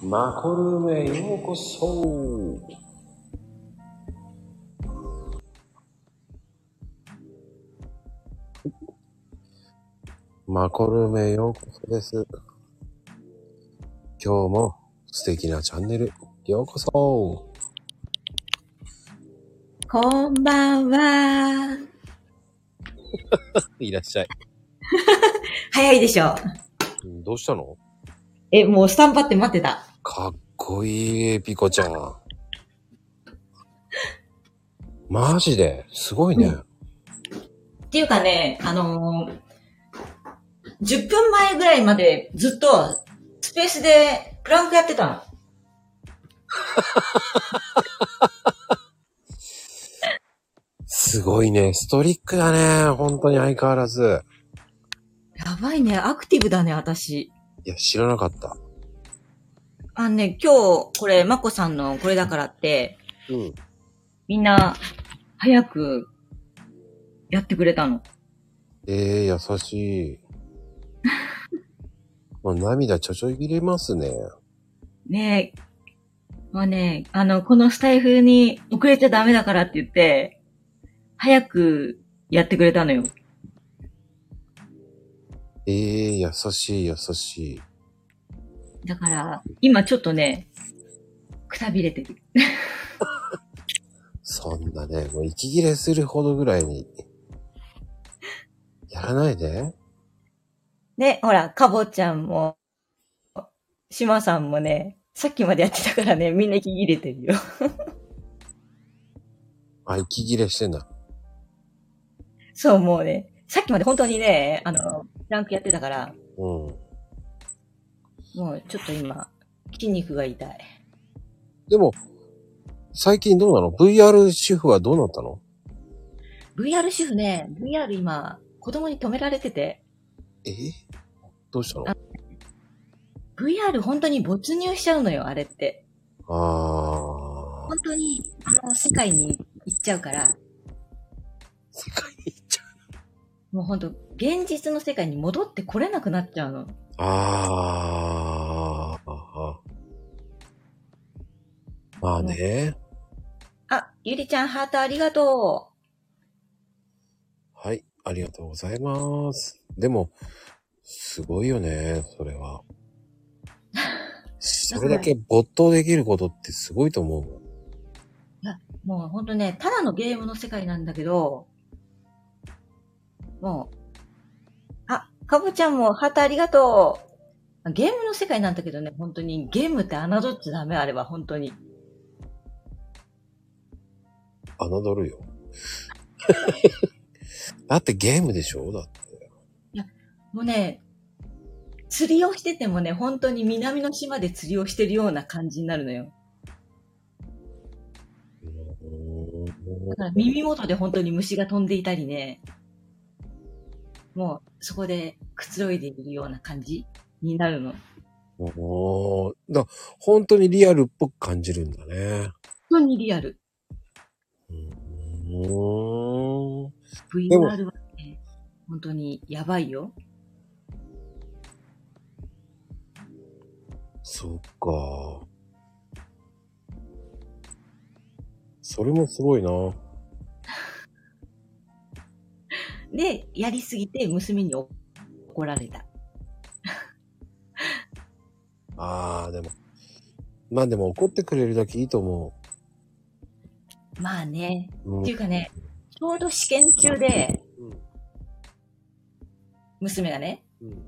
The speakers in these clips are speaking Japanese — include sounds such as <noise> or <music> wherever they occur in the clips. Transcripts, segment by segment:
マコルームへようこそマコルームへようこそです。今日も素敵なチャンネル、ようこそこんばんは。いらっしゃい。早いでしょ。どうしたのえ、もうスタンパって待ってた。かっこいい、ピコちゃん。 <laughs> マジですごいね。っていうかね、あのー、10分前ぐらいまでずっとスペースでプランクやってたの。すごいね。ストリックだね。本当に相変わらず。やばいね、アクティブだね、私。いや、知らなかった。あのね、今日、これ、まこさんのこれだからって、うん。みんな、早く、やってくれたの。ええ優しい。 <laughs> もう涙ちょちょい切れますね。ねえ。まあね、あの、このスタイフに遅れちゃダメだからって言って、早くやってくれたのよ。ええ優しい、優しい。だから、今ちょっとね、くたびれてる。そんなね、もう息切れするほどぐらいに。やらないで。ね、ほら、かぼちゃんも、しまさんもね、さっきまでやってたからね、みんな息切れてるよ。あ、息切れしてんだ。そう、もうね、さっきまで本当にね、あの、ランクやってたから、うん。もうちょっと今、筋肉が痛い。でも、最近どうなの ?VR 主婦はどうなったの VR 主婦ね、VR 今、子供に止められてて、えどうしたの VR 本当に没入しちゃうのよ、あれって。あー本。当に、あの世界に行っちゃうから、 <laughs> 世界に行っちゃう。もう本当、現実の世界に戻ってこれなくなっちゃうの。あー。まあね。あ、ゆりちゃんハートありがとはい。ありがとうございます。でも、すごいよね、それ <laughs> は。それだけ没頭できることってすごいと思うもん。う。もう本当ね、ただのゲームの世界なんだけど、もう、あ、かぼちゃんもハートありがとう。ゲームの世界なんだけどね、本当にゲームって侮っちゃダメ、あれは本当に。侮 <laughs> るよ。だってゲームでしょだって。もうね、釣りをしててもね、本当に南の島で釣りをしてるような感じになるのよ。うだから耳元で本当に虫が飛んでいたりね、もうそこでくつろいでいるような感じになるの。ーんおーだ本当にリアルっぽく感じるんだね。本当にリアル。うーん VR はね、本当にやばいよ。そっか。それもすごいな。で、やりすぎて娘に怒られた。ああ、でも。まあでも怒ってくれるだけいいと思まあね。う。うんっていうかね、ちょうど試験中で、娘がね、うん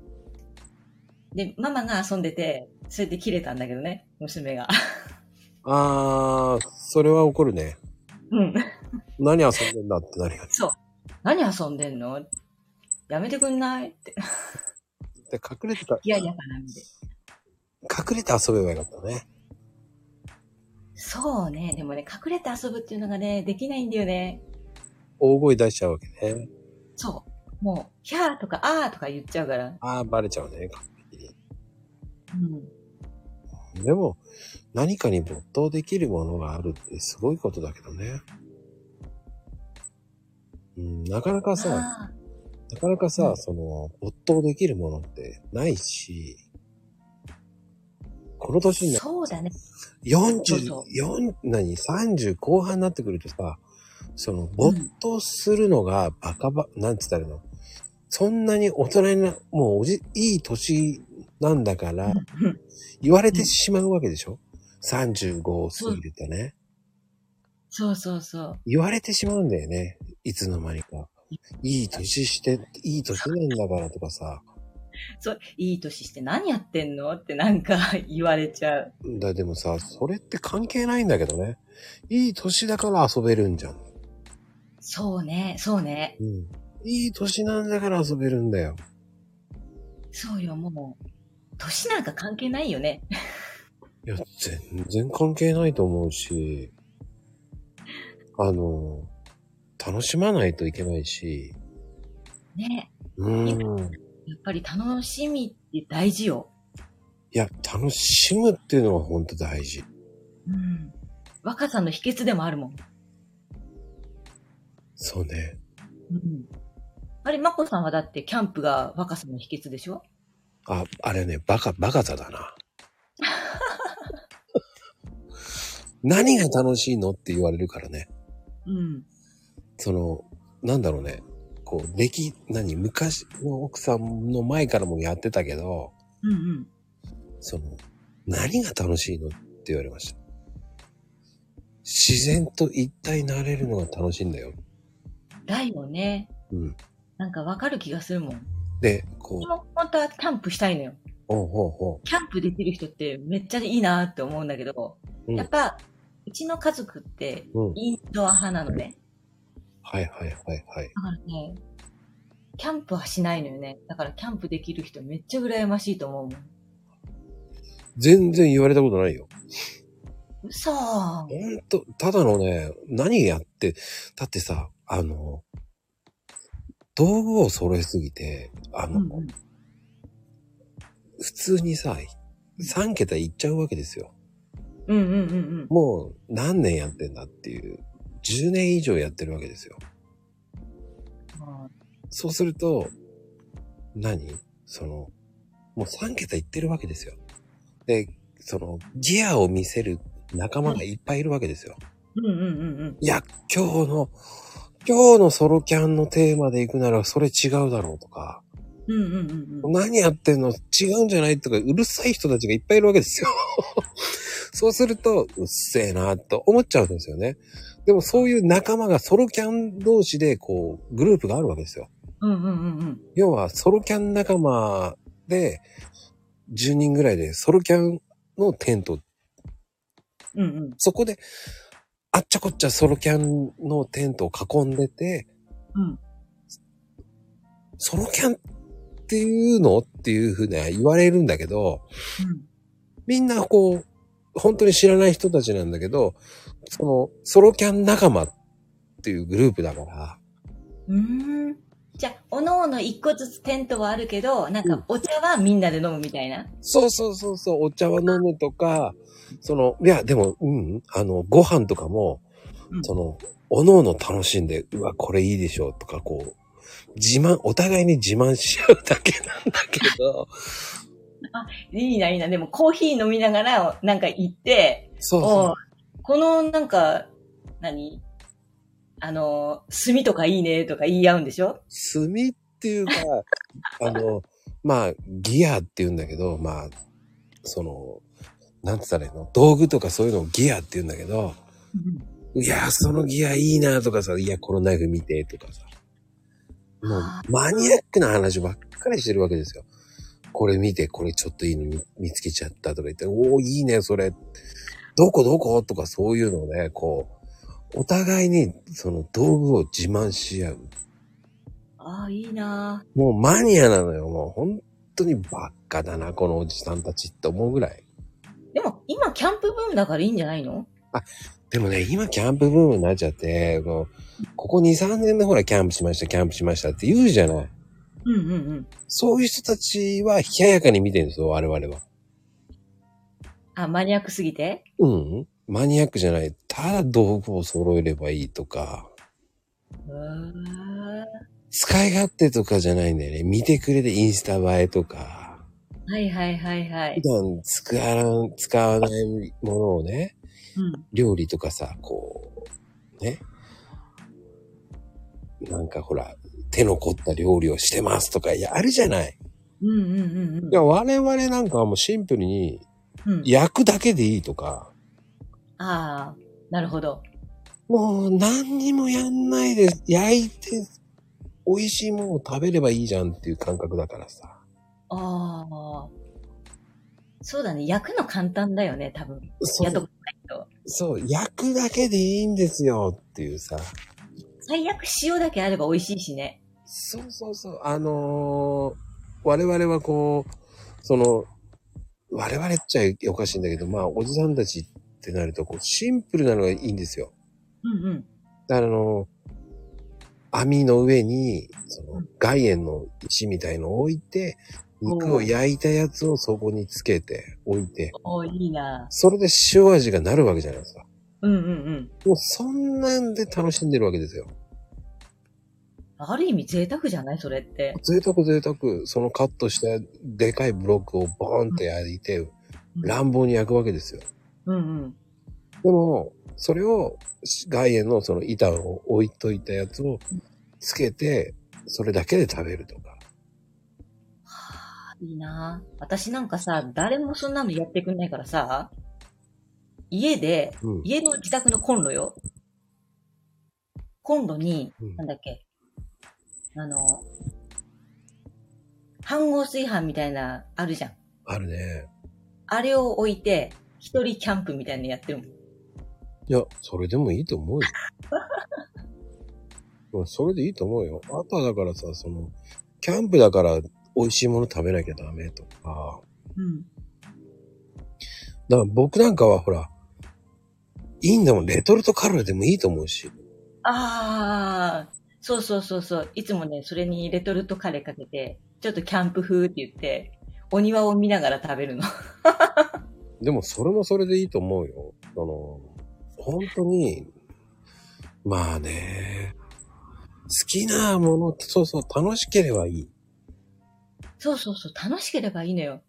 で、ママが遊んでて、それで切れたんだけどね、娘が。ああ、それは怒るね。うん。何遊んでんだってなるよね。そう。何遊んでんのやめてくんないって。で隠れてた、いやいやかなみで。隠れて遊べばよかったね。そうね。でもね、隠れて遊ぶっていうのがね、できないんだよね。大声出しちゃうわけね。そう。もう、ひゃーとか、あーとか言っちゃうから。ああ、バレちゃうね。完璧うん。にでも、何かに没頭できるものがあるってすごいことだけどね。うん、なかなかさ、あなかなかさ、うんその、没頭できるものってないし、この年になそうだね。そう40そ、 4何、30後半になってくるとさ、その、没頭するのがバカバ、なんつったらいいのそんなに大人にな、もうおじ、いい年なんだから、うん言われてしまうわけでしょ ?35 を過ぎるとね。そうそうそう。言われてしまうんだよね。いつの間にか。いい年して、いい年なんだからとかさ。そう、いい年して何やってんのってなんか <laughs> 言われちゃう。だ、でもさ、それって関係ないんだけどね。いい年だから遊べるんじゃん。そうね、そうね。うん。いい年なんだから遊べるんだよ。そうよ、もう。年なんか関係ないよね。いや、全然関係ないと思うし、あの、楽しまないといけないし、ね。うん。やっぱり楽しみって大事よ。いや、楽しむっていうのは本当大事。うん。若さの秘訣でもあるもん。そうね。うん。あれ、まこさんはだってキャンプが若さの秘訣でしょあ、あれね、バカ、バカさだ <laughs> な。何が楽しいのって言われるからね。うん。その、なんだろうね。こう、歴、何、昔の奥さんの前からもやってたけど、うんうん。その、何が楽しいのって言われました。自然と一体になれるのが楽しいんだよ。だよね。うん。なんかわかる気がするもん。で、こ私う、も本当はキャンプしたいのよ。ほうほうほキャンプできる人ってめっちゃいいなって思うんだけど、うんやっぱ、うちの家族ってう。うん。インドア派なのね。はいはいはいはい。だからね、キャンプはしないのよね。だからキャンプできる人めっちゃ羨ましいと思うもん。全然言われたことないよ。嘘ほんと、ただのね、何やって、だってさ、あの、道具を揃えすぎて、あうの、んうん。普通にさ、3桁いっちゃうわけですよ。うんうんうんうん。もう何年やってんだっていう、10年以上やってるわけですよ。まあそうすると、何その、もう3桁いってるわけですよ。で、その、ギアを見せる仲間がいっぱいいるわけですよ。うんうんうんうん。いや、今日の、今日のソロキャンのテーマで行くならそれ違うだろうとか、うんうんうんうん。何やってんの違うんじゃないとか、うるさい人たちがいっぱいいるわけですよ。 <laughs> そうすると、うっせえなと思っちゃうんですよね。でもそういう仲間がソロキャン同士でこう、グループがあるわけですよ。うんうんうんうん。要はソロキャン仲間で10人ぐらいでソロキャンのテント、うんうん。そこであっちゃこっちゃソロキャンのテントを囲んでて、うんソロキャンっていうのっていうふうには言われるんだけど、みんなこう、本当に知らない人たちなんだけど、そのソロキャン仲間っていうグループだから、うん。うーん。じゃあ、おのおの一個ずつテントはあるけど、なんかお茶はみんなで飲むみたいな。そうそうそうそう、お茶は飲むとか、その、いや、でも、うん、あの、ご飯とかも、うんその、おのおの楽しんで、うわ、これいいでしょうとか、こう、自慢、お互いに自慢し合うだけなんだけど、いいな、いいな。でも、コーヒー飲みながら、なんか行って、 <laughs> そうおそうこの、なんか、何あの、炭とかいいね、とか言い合うんでしょう、炭っていうか、 <laughs> あの、まあ、ギアって言うんだけど、まあ、その、なんつったらいいの道具とかそういうのをギアって言うんだけど、いやー、そのギアいいなとかさ、いや、このナイフ見てとかさ。もあう、マニアックな話ばっかりしてるわけですよ。これ見て、これちょっといいの見見つけちゃったとか言って、おー、いいね、それ。どこどことかそういうのをね、こう、お互いにその道具を自慢し合う。ああ、いいな。もうマニアなのよ。もう本当にバッカだな、このおじさんたちって思うぐらい。でも、今、キャンプブームだからいいんじゃないのでもね、今キャンプブームになっちゃって、もうここ2、3年でほら、キャンプしました、キャンプしましたって言うじゃない。うんうんうん。そういう人たちは冷ややかに見てるんですよ、我々は。あ、マニアックすぎてうん。マニアックじゃない。ただ道具を揃えればいいとか、うーん使い勝手とかじゃないんだよね。見てくれてインスタ映えとか。はいはいはいはい普。段使わ使わないものをね、うん。料理とかさ、こう、ね。なんかほら、手の凝った料理をしてますとか、いや、あるじゃない。うんうんうんうんいや、我々なんかはもうシンプルに、うん。焼くだけでいいとか、ああ、なるほど。もう何にもやんないで、焼いて、美味しいものを食べればいいじゃんっていう感覚だからさ。ああ。そうだね。焼くの簡単だよね、多分。そやっとうこないと。そう、焼くだけでいいんですよっていうさ。最悪塩だけあれば美味しいしね。そうそうそう。あのー我々はこう、その、我々っちゃおかしいんだけど、まあ、おじさんたちってなると、こう、シンプルなのがいいんですよ。うんうん。だからあの、網の上に、その、岩塩の石みたいのを置いて、肉を焼いたやつをそこにつけて、置いて、おーいいなそれで塩味がなるわけじゃないですか。うんうんうん。もうそんなんで楽しんでるわけですよ。ある意味贅沢じゃないそれって。贅沢贅沢、そのカットしたでかいブロックをボーンって焼いて、乱暴に焼くわけですよ。うんうん。でも、それを岩塩のその板を置いといたやつをつけて、それだけで食べるとか。はあ、いいなぁ私なんかさ、誰もそんなのやってくんないからさ、家で、うん。家の自宅のコンロよ。コンロに、うんなんだっけ、あの、半合炊飯みたいな、あるじゃん。あるね。あれを置いて、一人キャンプみたいなのやってるもん。いや、それでもいいと思うよ。 <laughs> うんそれでいいと思うよ。あとはだからさ、その、キャンプだから美味しいもの食べなきゃダメとか。うん。だから僕なんかはほら、いいんだもん、レトルトカレーでもいいと思うし。ああ、そうそうそうそう。いつもね、それにレトルトカレーかけて、ちょっとキャンプ風って言って、お庭を見ながら食べるの。でもそれもそれでいいと思うよ。あの、本当に、まあね、好きなもの、そうそう、楽しければいい。 <laughs> そうそうそう、楽しければいいのよ。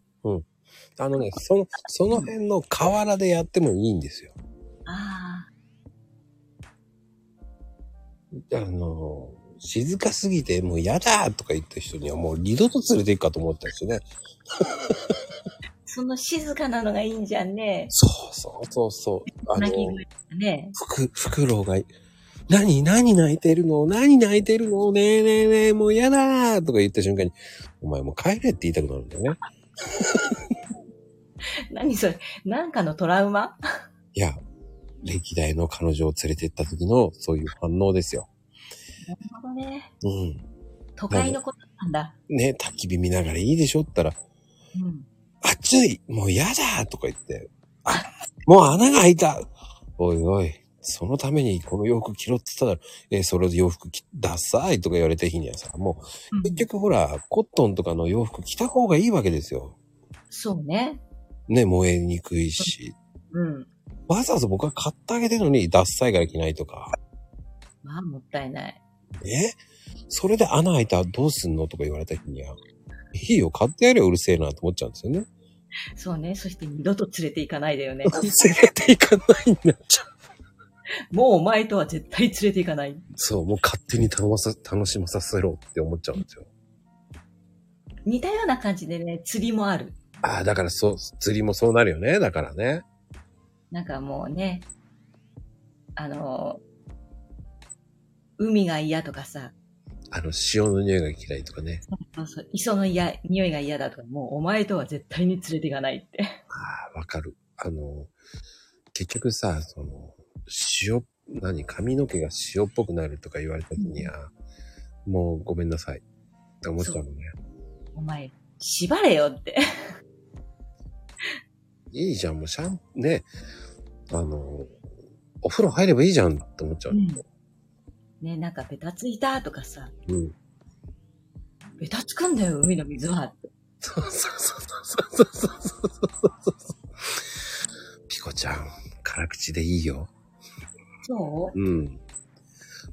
あのね、その、その辺の河原でやってもいいんですよ。ああ、あの、静かすぎてもう嫌だとか言った人にはもう二度と連れて行くかと思ったしね。その静かなのがいいんじゃんね。そうそうそうそう。あの泣、き声とかね。ふく、ふくろうが、何、何泣いてるの何泣いてるのねえねえねえ、もう嫌だーとか言った瞬間に、お前もう帰れって言いたくなるんだよね。 <laughs> 何それなんかのトラウマいや、歴代の彼女を連れてった時のそういう反応ですよ。なるほどね。うん。都会のことなんだ。ね、焚き火見ながらいいでしょって言ったら、うん。暑いもう嫌だとか言って、あ、もう穴が開いたおいおい、そのためにこの洋服着ろって言ったら、えそれで洋服着、ダサいとか言われた日にはさ、もう結局ほら、コットンとかの洋服着た方がいいわけですよ。そうね。ね、燃えにくいし。うん。わざわざ僕は買ってあげてるのに、ダッサいから着ないとか。まあ、もったいない。えそれで穴開いたらどうすんのとか言われた日には、いいよ、買ってやれよ、うるせえなと思っちゃうんですよね。そうね。そして二度と連れて行かないだよね。連れていかないんだ。もうお前とは絶対連れて行かない。そう、もう勝手に楽さ楽しまさせろって思っちゃうんですよ。似たような感じでね、釣りもある。ああ、だからそう、釣りもそうなるよね。だからね。なんかもうね、あの、海が嫌とかさ、あの、潮の匂いが嫌いとかね。そうそう、磯の嫌、匂いが嫌だとか、もうお前とは絶対に連れていかないって。ああ、わかる。あの、結局さ、その、塩、何、髪の毛が塩っぽくなるとか言われた時には、もうごめんなさい。って思っちゃうのね。お前、縛れよって。いいじゃん、もうシャン、ね、あの、お風呂入ればいいじゃんって思っちゃう。ね、なんかベタついたとかさ、うん。ベタつくんだよ、海の水は。そうそうそうそうそうそうそうそうそう。ピコちゃん、辛口でいいよ。そうん。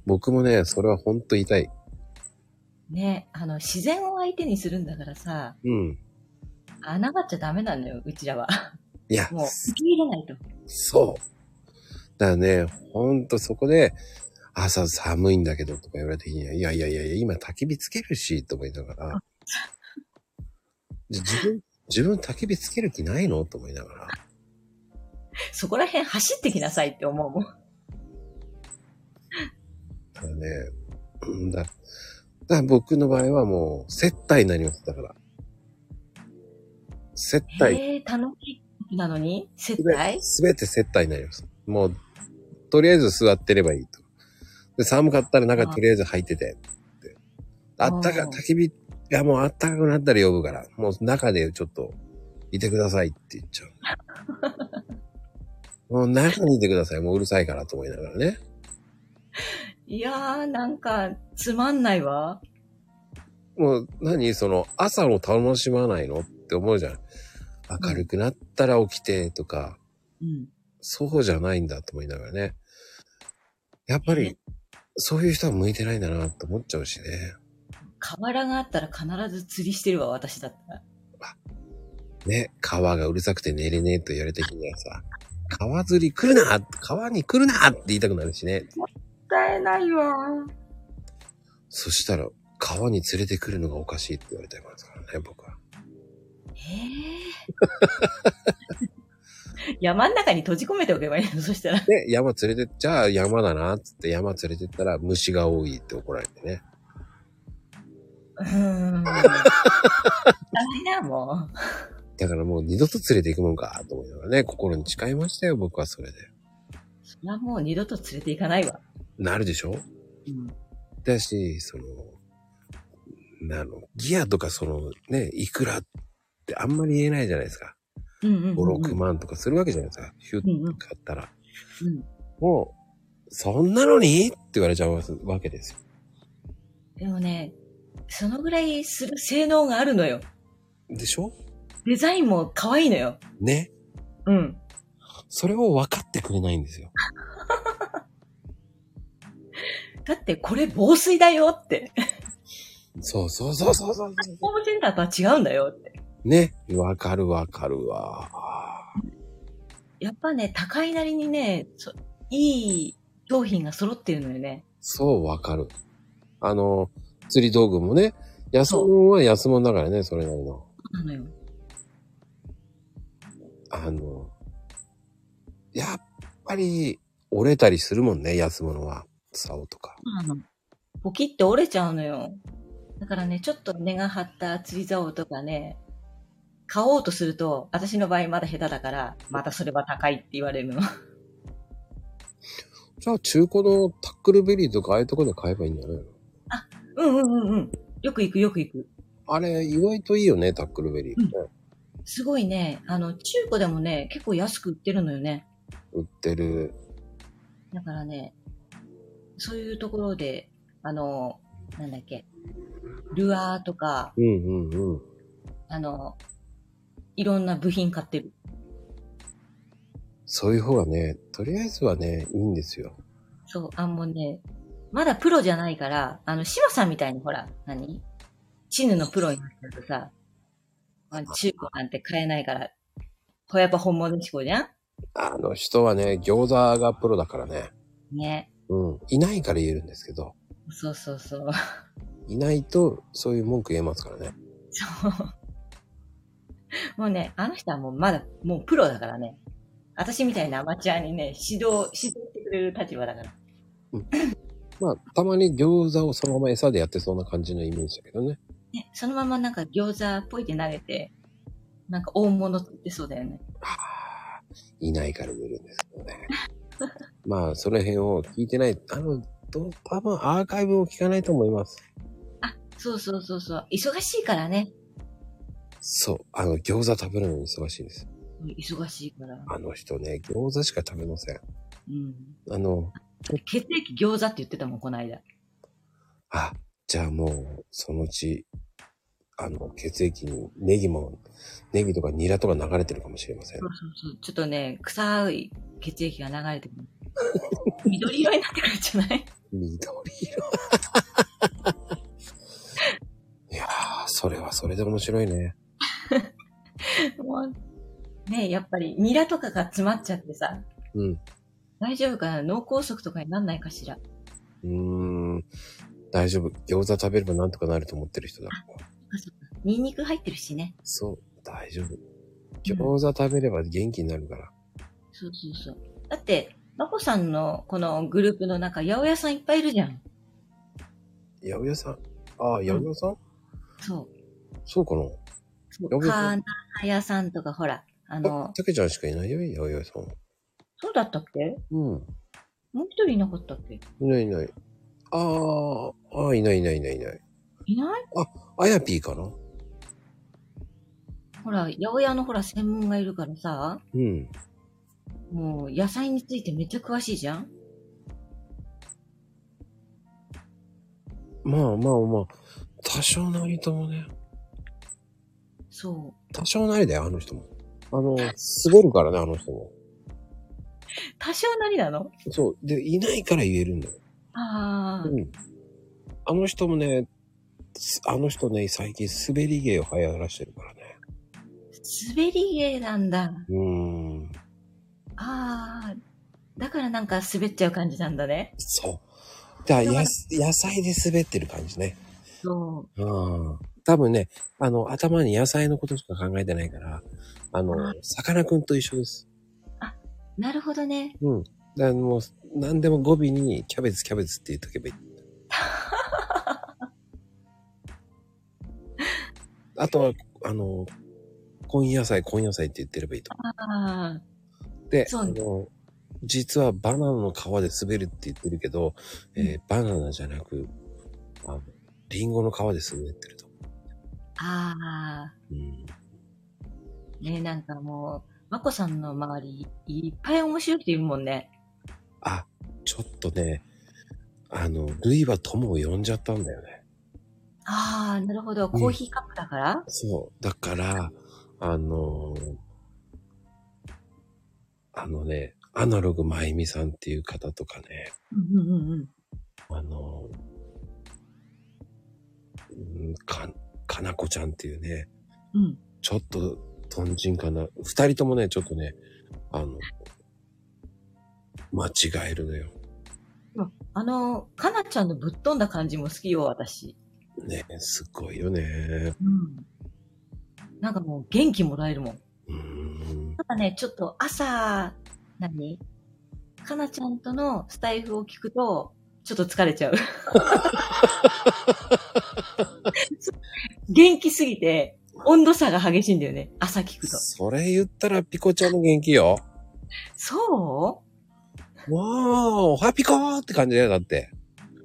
僕もね、それはほんと痛い。うね、あの、自然を相手にするんだからさ、うん。穴がっちゃダメなんだよ、うちらは。いや、もう、受け入れないと。そう。だからね、ほんとそこで、朝寒いんだけどとか言われた時には、いやいやいやいや、今焚き火つけるし、と思いながら。じ自分、自分焚き火つける気ないのと思いながら。そこら辺走ってきなさいって思うもん。だからね、うんだ。だから僕の場合はもう、接待になります。だから。接待。えー、楽しいなのに接すべ待すべて接待になります。もう、とりあえず座ってればいいと。で、寒かったら中あーとりあえず入ってて。ってあったか、あー焚き火がもうあったかくなったら呼ぶから、もう中でちょっと、いてくださいって言っちゃう。もう中にいてください。もううるさいからと思いながらね。いやー、なんか、つまんないわ。もう何その朝を楽しまないのって思うじゃん。明るくなったら起きてとか。うん。そうじゃないんだと思いながらね。やっぱり、そういう人は向いてないんだなって思っちゃうしね。河原があったら必ず釣りしてるわ、私だったら。ね、川がうるさくて寝れねえと言われた日にはさ、川釣り来るな川に来るなって言いたくなるしね。伝えないわ。そしたら、川に連れてくるのがおかしいって言われたりもするからね、僕は。えー、 <laughs> 山の中に閉じ込めておけばいいのそしたら。で、山連れて、じゃあ山だなっつって山連れてったら虫が多いって怒られてね。うーん。ダメだ、もう。だからもう二度と連れて行くもんかと思いながらね、心に誓いましたよ、僕はそれで。それはもう二度と連れて行かないわ。なるでしょうん。だし、その、なの、ギアとかそのね、いくらってあんまり言えないじゃないですか。うんうんうん、 5、6万とかするわけじゃないですか。ヒュッうてんうん買ったら。うん。もう、そんなのにって言われちゃうわけですよ。でもね、そのぐらいする性能があるのよ。でしょデザインも可愛いのよ。ね。うん。それを分かってくれないんですよ。だってこれ防水だよ <laughs> って。そうそうそうそうそうそホームセンターとは違うんだよって。う。ね。わかるわかるわ。やっぱね、高いなりにね、そいい商品が揃ってるのよね。そうわかる。あの、釣り道具もね、安物は安物だからね、それなりの。なのよ。あの、やっぱり折れたりするもんね、安物は。竿とか。そうなの。ポキって折れちゃうのよ。だからね、ちょっと根が張った釣り竿とかね、買おうとすると、私の場合まだ下手だから、またそれは高いって言われるの。じゃあ中古のタックルベリーとかああいうとこで買えばいいんじゃないのうんうんうんうん。よく行くよく行く。あれ、意外といいよね、タックルベリー、ね。すごいね、あの、中古でもね、結構安く売ってるのよね。売ってる。だからね、そういうところで、あの、なんだっけ、ルアーとか、うんうんうん。あの、いろんな部品買ってる。そういう方がね、とりあえずはね、いいんですよ。そう、あ、もうね、まだプロじゃないから、あの、シマさんみたいにほら、何チヌのプロになっちゃうとさ、あ中古なんて買えないから、ほやっぱ本物志向じゃあの人はね、餃子がプロだからね。んね。うん。いないから言えるんですけど、そうそうそう。いないとそういう文句言えますからね。そう。もうね、あの人はもうまだ、もうプロだからね。私みたいなアマチュアにね、指導、指導してくれる立場だから。まあ、たまに餃子をそのまま餌でやってそうな感じのイメージだけどね。ね、そのままなんか餃子っぽいって投げて、なんか大物って言ってそうだよね。あーいないから言えるんですけどね。 <laughs> まあ、その辺を聞いてない、あの、どう多分アーカイブを聞かないと思います。あ、そうそうそうそう。忙しいからね。そう、あの、餃子食べるのに忙しいんです。忙しいから。あの人ね、餃子しか食べません。うん。あの、血液餃子って言ってたもん、この間。あ、じゃあもう、そのうち、あの、血液にネギも、ネギとかニラとか流れてるかもしれませんそう。そうそう。ちょっとね、臭い血液が流れてくる。 <laughs> 緑色になってくるんじゃない <laughs> 緑色。 <laughs> いやー、それはそれで面白いね。もう、ねやっぱりニラとかが詰まっちゃってさ、うん。大丈夫かな脳梗塞とかになんないかしら。うーん。大丈夫。餃子食べればなんとかなると思ってる人だ。ニンニク入ってるしね。そう、大丈夫。餃子食べれば元気になるから。そうそうそう。だって、まこさんのこのグループの中、八百屋さんいっぱいいるじゃん。八百屋さんああ、八百屋さん、そう。そうかなそう呼ぶ金谷さんとか、ほら、ああの、たけちゃんしかいないよ、八百屋さんは。そうだったっけうん。もう一人いなかったっけいないいない。ああ、ああ、いないいないいないいない。いないあやぴーかなほら、八百屋のほら、専門がいるからさ、うん。もう野菜についてめっちゃ詳しいじゃんまあまあまあ、多少なりともね。そう。多少なりだよ、あの人も。あの、滑るからね、あの人も。多少なりなのそう。で、いないから言えるんだよ。ああ、うん。あの人もね、すあの人ね、最近滑り芸を流行らしてるからね。滑り芸なんだ。うーん。ああ、だからなんか滑っちゃう感じなんだね。そう。だからだかやらす、野菜で滑ってる感じね。そうん。多分ね、あの、頭に野菜のことしか考えてないから、あのあ、さかなクンと一緒です。う。なるほどね。うん。だからもう、何でも語尾にキャベツキャベツって言っとけばい <laughs> い。あとは、あの、根野菜、根野菜って言ってればいいと思ああ、う。で、そあうねの、実はバナナの皮で滑るって言ってるけど、えーバナナじゃなく、あの、リンゴの皮で滑ってると。ああ、うん。ねなんかもう、まこさんの周り、いっぱい面白い人いるもんね。あ、ちょっとね、あの、ルイは友を呼んじゃったんだよね。ああ、なるほど。んコーヒーカップだから、そう。だから、あのーあのね、アナログまゆみさんっていう方とかね、うん、うんうんうん。あのーうんか、かなこちゃんっていうね、うん。ちょっと、とんちんかな。二人ともね、ちょっとね、あの、間違えるのよ。あの、かなちゃんのぶっ飛んだ感じも好きよ、私。ね、すごいよね。うん。なんかもう元気もらえるもん。うーん。ただね、ちょっと朝、何かなちゃんとのスタイフを聞くと、ちょっと疲れちゃう。 <laughs> 元気すぎて、温度差が激しいんだよね。朝聞くと。それ言ったらピコちゃんの元気よ。そうわー、ハピコーって感じだよ、だって。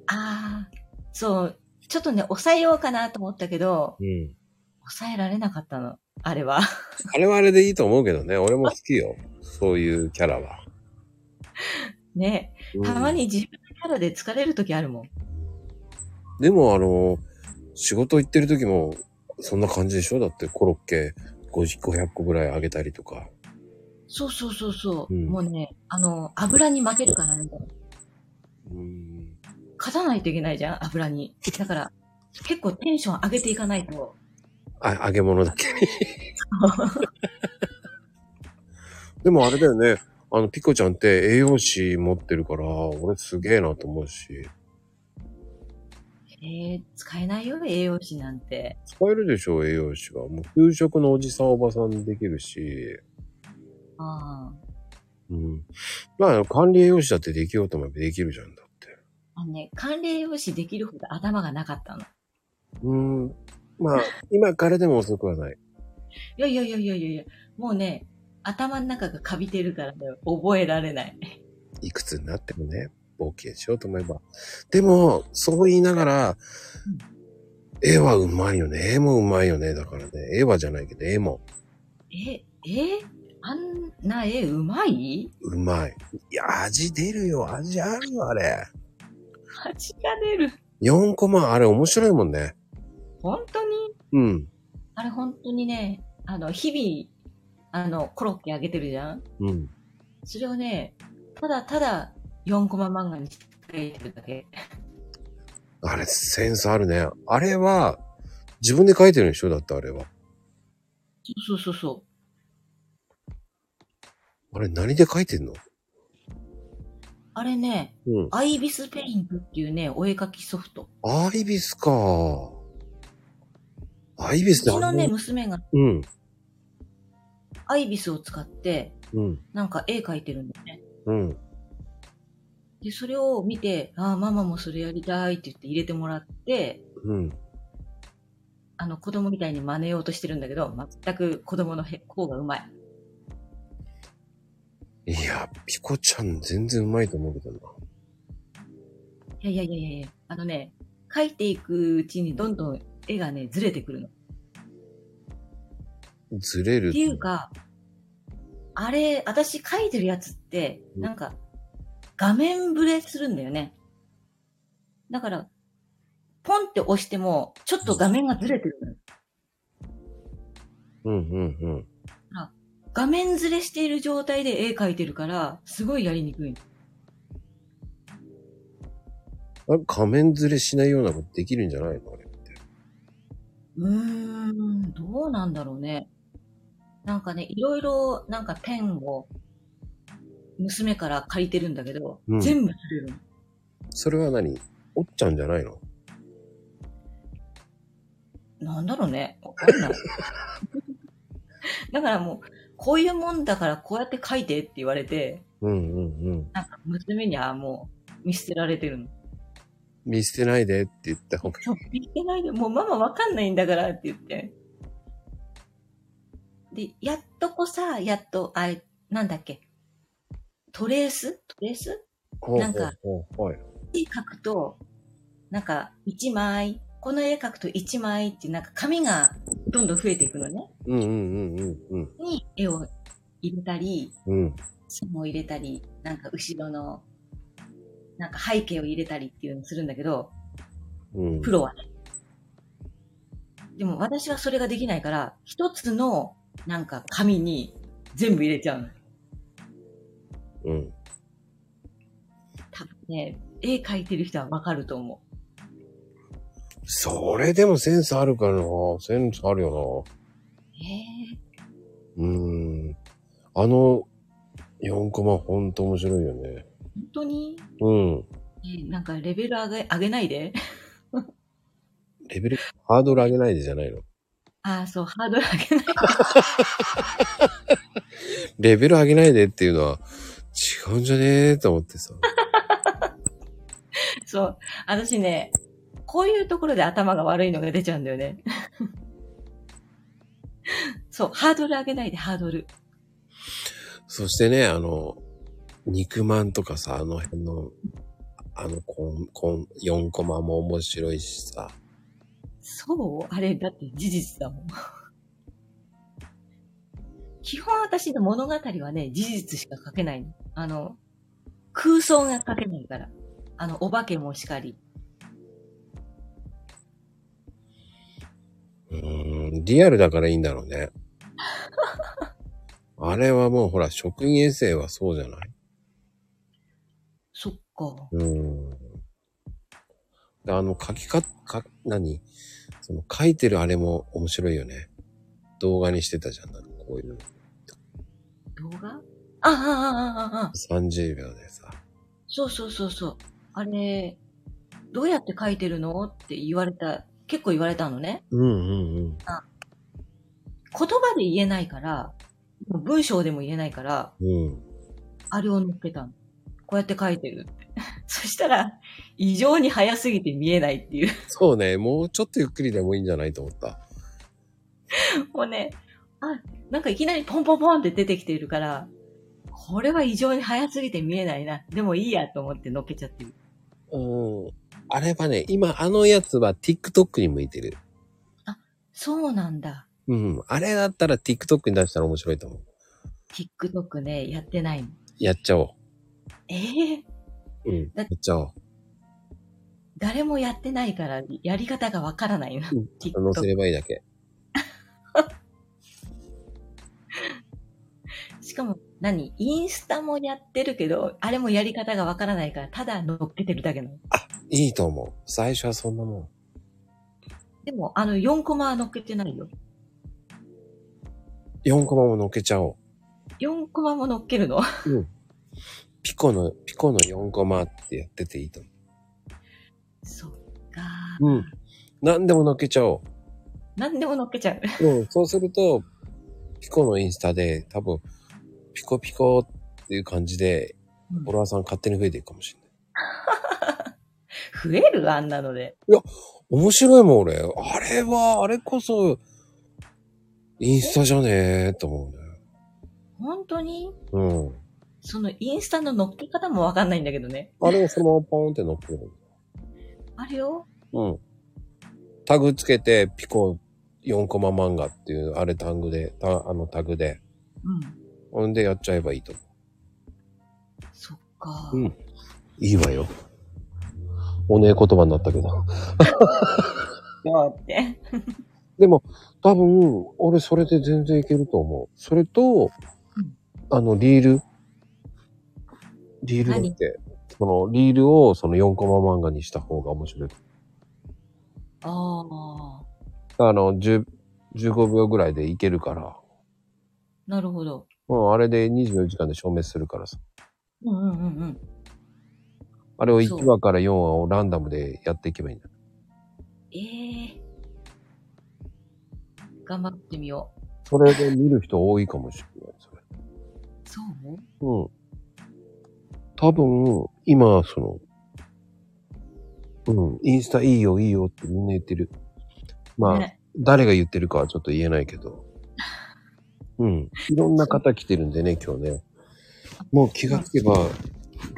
ああ、そう。ちょっとね、抑えようかなと思ったけど、うん。抑えられなかったの。あれは。 <laughs> あれはあれでいいと思うけどね。俺も好きよ。そういうキャラは。ね。うんたまに。自分のキャラで疲れる時あるもん。でもあの、仕事行ってる時も、そんな感じでしょだってコロッケ50 500個ぐらいあげたりとか。そうそうそうそう。うんもうね、あの、油に負けるからね。うん。勝たないといけないじゃん、油に。だから、結構テンション上げていかないと。あ、揚げ物だけ。でもあれだよね。あの、ピコちゃんって栄養士持ってるから、俺すげえなと思うし。えー、使えないよ、栄養士なんて。使えるでしょ、栄養士が。もう給食のおじさんおばさんできるし。あうーん。まあ、管理栄養士だってできようと思えばできるじゃんだって。あのね、管理栄養士できるほど頭がなかったの。いうーん。まあ、今からでも遅くはない。やいやいやいやいやいや、もうね、頭の中がカビてるからね、覚えられない。いくつになってもね、冒険しようと思えば。でも、そう言いながら、絵はうまいよね。絵もうまいよね。だからね、絵はじゃないけど、絵もえ、えあんな絵うまいうまい。いや、味出るよ。味あるよ、あれ。味が出る。 4コマ、あれ面白いもんね。本当にうん。あれ本当にね、あの、日々、あの、コロッケあげてるじゃんうん。それをね、ただただ4コマ漫画にしてくれてるだけ。あれ、センスあるね。あれは、自分で描いてるんでしょだってあれは。そうそうそあれ、何で書いてんのう。あれね、うん。アイビスペイントっていうね、お絵描きソフト。アイビスか。アイビうスってちのあんね、な娘がうん。アイビスを使って、うん。なんか絵描いてるんだよね。うん。で、それを見て、ああ、ママもそれやりたいって言って入れてもらって、うん。あの、子供みたいに真似ようとしてるんだけど、全く子供のへ方がうまい。いや、ピコちゃん全然うまいと思うけどな。いやいやいやいやいや、あのね、描いていくうちにどんどん絵がね、ずれてくるの。ずれるっていうか、あれ、私書いてるやつって、うんなんか、画面ブレするんだよね。だから、ポンって押しても、ちょっと画面がずれてるのよ。うんうん画面ずれしている状態で絵描いてるから、すごいやりにくいの。うん。あれ、仮面ずれしないようなことできるんじゃないのあれって。うーん、どうなんだろうね。なんかね、いろいろ、なんかペンを、娘から借りてるんだけど、うん全部ずれるの。それは何折っちゃうんじゃないのなんだろうね。わかんない。 <laughs> だからもう、こういうもんだからこうやって書いてって言われて、うんうんうん。なんか娘にはもう見捨てられてるの。見捨てないでって言った方が。そう見捨てないで、もうママわかんないんだからって言って。で、やっとこさ、やっと、あれ、なんだっけ。トレーストレース <laughs> なんかほうほうほうはい。絵描くと、なんか1枚、この絵描くと1枚って、なんか紙がどんどん増えていくのね。うんうんうんうんうん。に絵を入れたり、うん。線を入れたり、なんか後ろの、なんか背景を入れたりっていうのをするんだけど、うん。プロはね。でも私はそれができないから、一つの、なんか紙に全部入れちゃうの。うん。多分ね、絵描いてる人はわかると思う。それでもセンスあるからな。センスあるよええな。うーん。あの、4コマほんと面白いよね。本当に、うん。ねなんかレベル上げ、上げないで。レベル、ハードル上げないでじゃないの。ああ、そう、ハードル上げない。 <laughs> レベル上げないでっていうのは違うんじゃねえと思ってさ。そう。私ね、こういうところで頭が悪いのが出ちゃうんだよね。 <laughs> そう、ハードル上げないで、ハードル。そしてね、あの、肉まんとかさ、あの辺の、あのコン、コン、4コマも面白いしさ。そうあれ、だって事実だもん。 <laughs> 基本私の物語はね、事実しか書けないの。あの、空想が書けないから。あの、お化けもしかり。うーん、リアルだからいいんだろうね。あれはもうほら、職員衛星はそうじゃないそっか。うーん。であの、書きか、か、何その書いてるあれも面白いよね。動画にしてたじゃん。なんかこういうの動画ああ、ああ、ああ、ああ。 30秒でさ。そうそうそうそう。あれ、どうやって書いてるのって言われた、結構言われたのね。うんうんうん。言葉で言えないから、文章でも言えないから、うん。あれを乗っけたの。こうやって書いてるって。 <laughs> そしたら、異常に早すぎて見えないっていう。そうね、もうちょっとゆっくりでもいいんじゃないと思った。 <laughs> もうね、あ、なんかいきなりポンポンポンって出てきてるから、これは異常に早すぎて見えないな。でもいいやと思って乗っけちゃってる。うん。あれはね、今あのやつは TikTok に向いてる。そうなんだ。うん。あれだったら TikTok に出したら面白いと思う。 TikTok ね、やってないの。やっちゃおええう。うん。やだっちゃおう。誰もやってないから、やり方がわからないな。載せ TikTok。ればいいだけ。しかも、何インスタもやってるけど、あれもやり方がわからないから、ただ乗っけてるだけなの。いいと思う。最初はそんなもでも、あの、4コマは乗っけてないよ。 4コマも乗っけちゃお4コマも乗っけるの <laughs> う。うん。ピコの、ピコの4コマってやってていいと思そっか。う。うん。何でも乗っけちゃお何でも乗っけちゃう。 <laughs> う。うん。そうすると、ピコのインスタで多分、ピコピコっていう感じで、フォロワーさん勝手に増えていくかもしれない。増えるあんなので。面白いもん、俺。あれは、あれこそ、インスタじゃねえと思本当にうね。うん。そのインスタの乗っけ方もわかんないんだけどね。あれをそのままポーンって乗っける。あれようん。タグつけて、ピコ4コマ漫画っていう、あれタグで、たあのタグで、うん。ほんでやっちゃえばいいと思そっか。うんう。いいわよ。おねえ言葉になったけど。そうって。でも、多分、俺それで全然いけると思う。それとうん、あの、リール。リールだって、その、リールをその4コマ漫画にした方が面白い。ああ。あの、10 15秒ぐらいでいけるから、なるほど。うん、あれで24時間で消滅するからさ。うんうんうんうん。あれをそう1話から4話をランダムでやっていけばいいんだ。ええ頑張ってみよう。それで見る人多いかもしれない。それそううん。多分、今、その、うん、インスタいいよいいよってみんな言ってる。まあ、ね誰が言ってるかはちょっと言えないけど。うん。いろんな方来てるんでね、今日ね。もう気がつけば、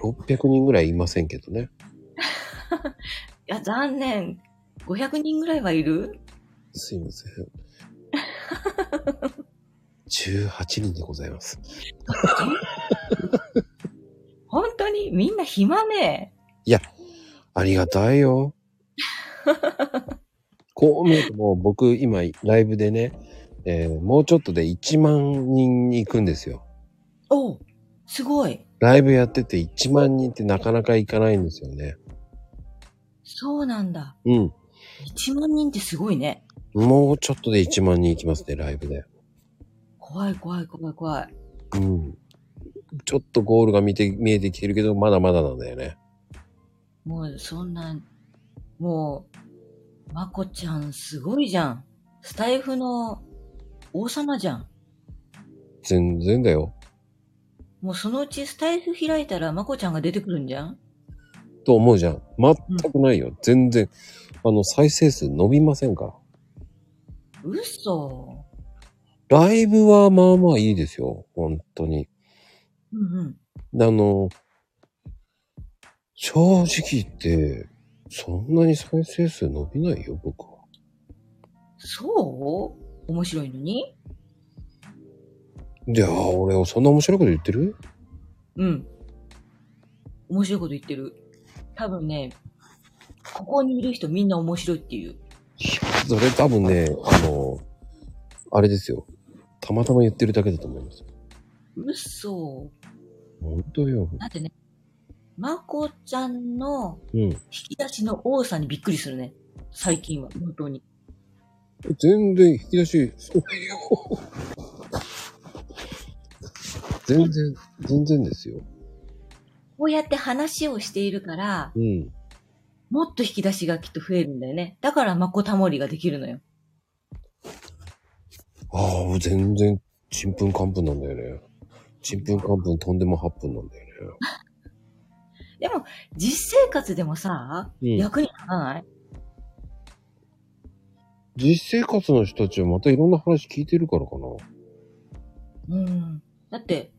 600人ぐらいいませんけどね。いや、残念。500人ぐらいはいるすいません。18人でございます。本当にみんな暇ねありがたいよ。こう見るともう僕今ライブでね、えーもうちょっとで1万人に行くんですよ。おうすごい。ライブやってて1万人ってなかなか行かないんですよね。そうなんだ。うん。 1万人ってすごいね。もうちょっとで1万人行きますね、ライブで。怖い怖い怖い怖い。うん。ちょっとゴールが見て見えてきてるけど、まだまだなんだよね。もうそんな、もう、まこちゃんすごいじゃん。スタイフの王様じゃん。全然だよ。もうそのうちスタイフ開いたらまこちゃんが出てくるんじゃんと思うじゃん。全くないよ。全然。あの、再生数伸びませんから。嘘。ライブはまあまあいいですよ。本当に。うんうん。あの、正直言って、そんなに再生数伸びないよ、僕は。そう面白いのにいやー、俺はそんな面白いこと言ってるうん。面白いこと言ってる。多分ね、ここにいる人みんな面白いっていう。それ多分ね、あの、あれですよ。たまたま言ってるだけだと思います。嘘。本当よ。だってね、まこちゃんのうん。引き出しの多さにびっくりするね。最近は、本当に。全然引き出し、そうよ。全然、全然ですよ。こうやって話をしているから、うん。もっと引き出しがきっと増えるんだよね。だからまこたもりができるのよ。ああ、全然、ちんぷんかんぷんなんだよね。ちんぷんかんぷんとんでも8分なんだよね。でも、実生活でもさ、うん役に立たない実生活の人たちはまたいろんな話聞いてるからかな。うん。だって、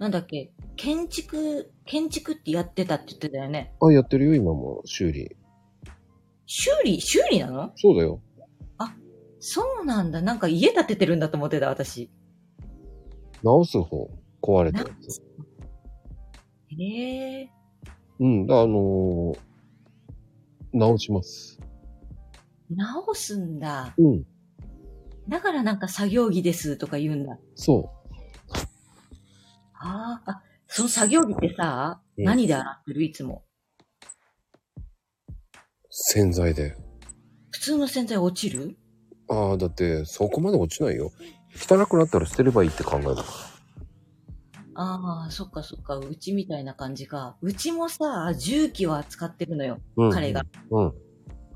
なんだっけ、建築、建築ってやってたって言ってたよね。あ、やってるよ、今も。修理。修理、修理なのそうだよ。そうなんだ。なんか家建ててるんだと思ってた、私。直す方。壊れたやつ。へえ。うん。だあのー直します。直すんだ。うん。だからなんか作業着ですとか言うんだ。そああ、あ、その作業着ってさ、うん何で洗ってるいつも。う。洗剤で。普通の洗剤落ちるああ、だって、そこまで落ちないよ。汚くなったら捨てればいいって考えだから。ああ、そっかそっか。うちみたいな感じか。うちもさ、重機を扱ってるのよ。うん、彼が。。うん。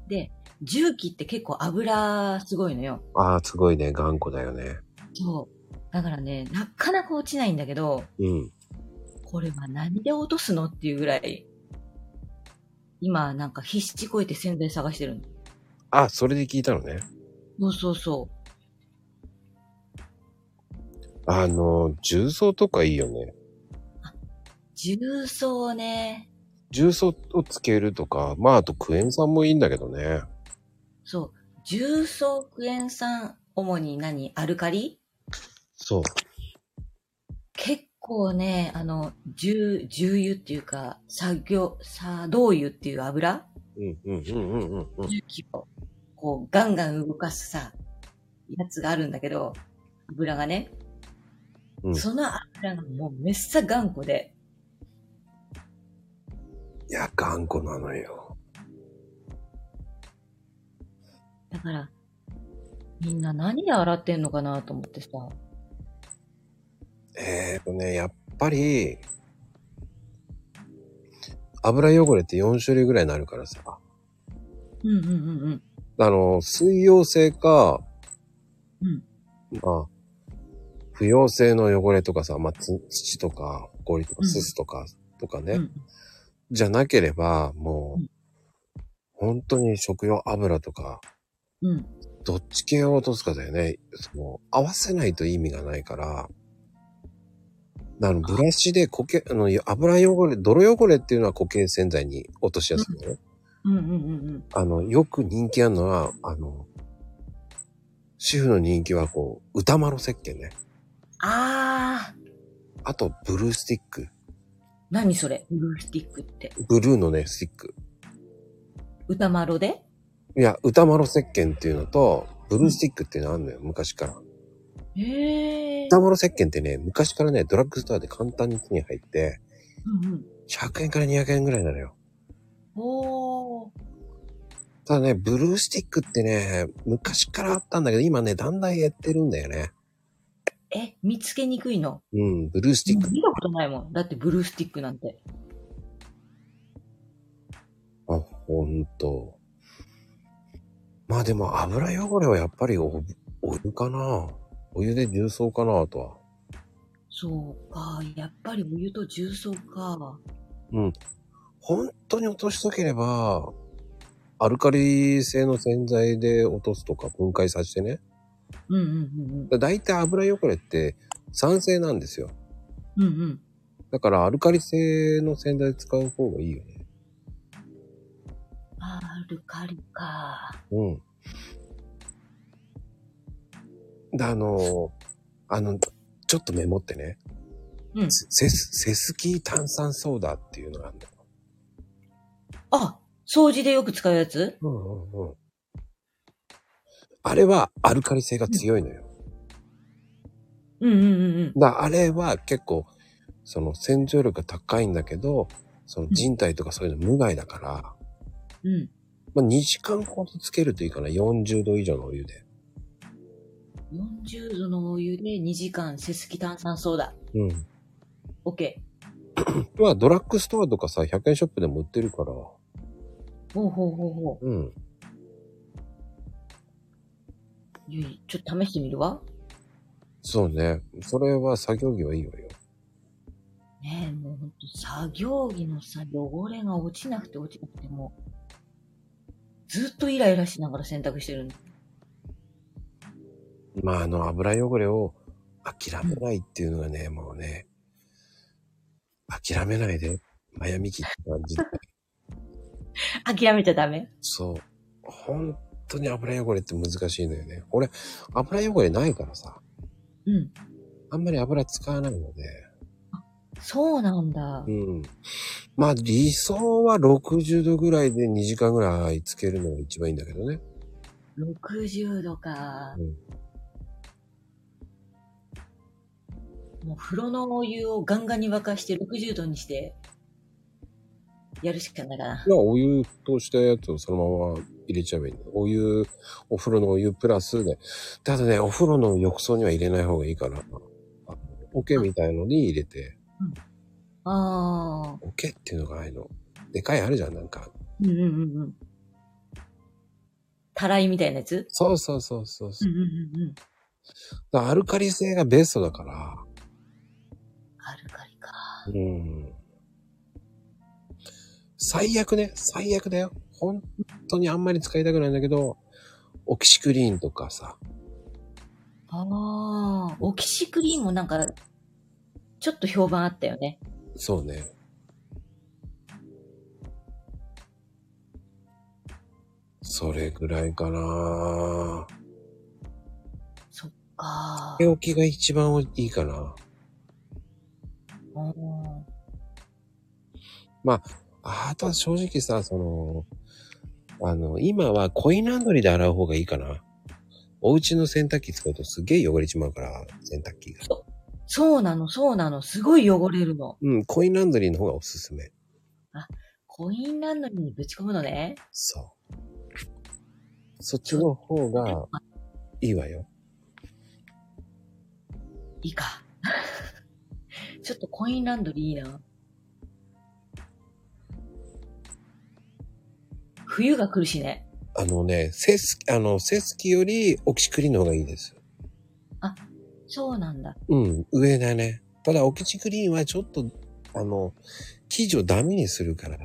で、重機って結構油すごいのよ。ああ、すごいね。頑固だよね。そう。だからね、なかなか落ちないんだけど、うん。これは何で落とすのっていうぐらい、今なんか必死こいて洗剤探してるの。あ、それで聞いたのね。そうそうそあの、重曹とかいいよね。う。重曹ね。重曹をつけるとか、まあ、あとクエン酸もいいんだけどね。そう。重曹クエン酸、主に何アルカリそう。結構ね、あの、重、重油っていうか、作業、作動油っていう油うんうんうんうんうんうん。重機を、こう、ガンガン動かすさ、やつがあるんだけど、油がね。うんその油がもうめっさ頑固で、いや、頑固なのよ。だから、みんな何で洗ってんのかなと思ってさ、えーとね、やっぱり、油汚れって4種類ぐらいになるからさ。うんうんうんうん。あの、水溶性か、うんまあ、不溶性の汚れとかさ、まあ、つ土とか、氷とうか、んすすとか、とかね、うんじゃなければ、もう、うん本当に食用油とか、うん。どっち系を落とすかだよね。その、合わせないと意味がないから、あの、ブラシで固形、あの、油汚れ、泥汚れっていうのは固形洗剤に落としやすいのね。うんうんうんうん。あの、よく人気あるのは、あの、主婦の人気はこう、歌丸石鹸ね。あー、あと、ブルースティック。何それブルースティックって。ブルーのね、スティック。歌丸でいや、歌丸石鹸っていうのと、ブルースティックっていうのあるのよ、昔から。へえ。歌丸石鹸ってね、昔からね、ドラッグストアで簡単に手に入って、うんうん。 100円から200円ぐらいなのよ。おー。ただね、ブルースティックってね、昔からあったんだけど、今ね、だんだん減ってるんだよね。え、見つけにくいのうん、ブルースティック。見たことないもん。だってブルースティックなんて。あ、ほんと。まあでも油汚れはやっぱりおお湯かな。お湯で重曹かなとは。そうか。やっぱりお湯と重曹か。本当に落としとければ、アルカリ性の洗剤で落とすとか分解させてね。うんうんうんだいたい油汚れって酸性なんですよ。うん。うんうん。だからアルカリ性の洗剤使う方がいいよね。アルカリか。うん。で、あの、あの、ちょっとメモってね。うん。セス、セスキー炭酸ソーダっていうのがあるんだよ。あ、掃除でよく使うやつうんうんうん。あれはアルカリ性が強いのよ。うんうんうんうん。だからあれは結構、その洗浄力が高いんだけど、その人体とかそういうの無害だから、うん。まあ、2時間ほどつけるといいかな。40度以上のお湯で。 40度のお湯で2時間、セスキ炭酸ソーダ。うん。 OK。まあ、ドラッグストアとかさ、100円ショップでも売ってるから。ほうほうほうほうん。う。ゆい、ちょっと試してみるわ。そうね。それは作業着はいいわよ。ねえ、もうほんと、作業着のさ、汚れが落ちなくて落ちなくてもう、ずっとイライラしながら洗濯してるんだまあ、あの、油汚れを諦めないっていうのがね、もうね、諦めないで、マヤミキって感じ。諦めちゃダメそう。本当に油汚れって難しいのよね。俺、油汚れないからさ、うん。あんまり油使わないので、そうなんだう。ん。まあ、理想は60度ぐらいで2時間ぐらいつけるのが一番いいんだけどね。 60度か。もう風呂のお湯をガンガンに沸かして60度にして、やるしかないかな。まあ、お湯としたやつをそのまま入れちゃえばいいんだよ。お湯、お風呂のお湯プラスで。ただね、お風呂の浴槽には入れない方がいいから、あ桶みたいのに入れて、ああ。桶っていうのがああいうの。でかいあるじゃん、なんか。うんうんうんうん。たらいみたいなやつそうそうそうそうそうう。んうんうんうん。だからアルカリ性がベストだから。アルカリか。うん。最悪ね、最悪だよ。本当にあんまり使いたくないんだけど、オキシクリーンとかさ、ああ。オキシクリーンもなんか、ちょっと評判あったよね。そうね。それぐらいかなそっかつけ。置きが一番いいかなうんあとは正直さ、その、あの、今はコインランドリーで洗う方がいいかな。お家の洗濯機使うとすげえ汚れちまうから、洗濯機が。そうなの、そうなの。すごい汚れるの。うん、コインランドリーの方がおすすめ。コインランドリーにぶち込むのね。そう。そっちの方がいいわよ。いいか。 <laughs> ちょっとコインランドリーいいな。冬が来るしね。あのね、セス、あの、セスキよりオキシクリーンの方がいいです。そうなんだ。うん、上だね。ただ、オキシクリーンはちょっと、あの、生地をダメにするから。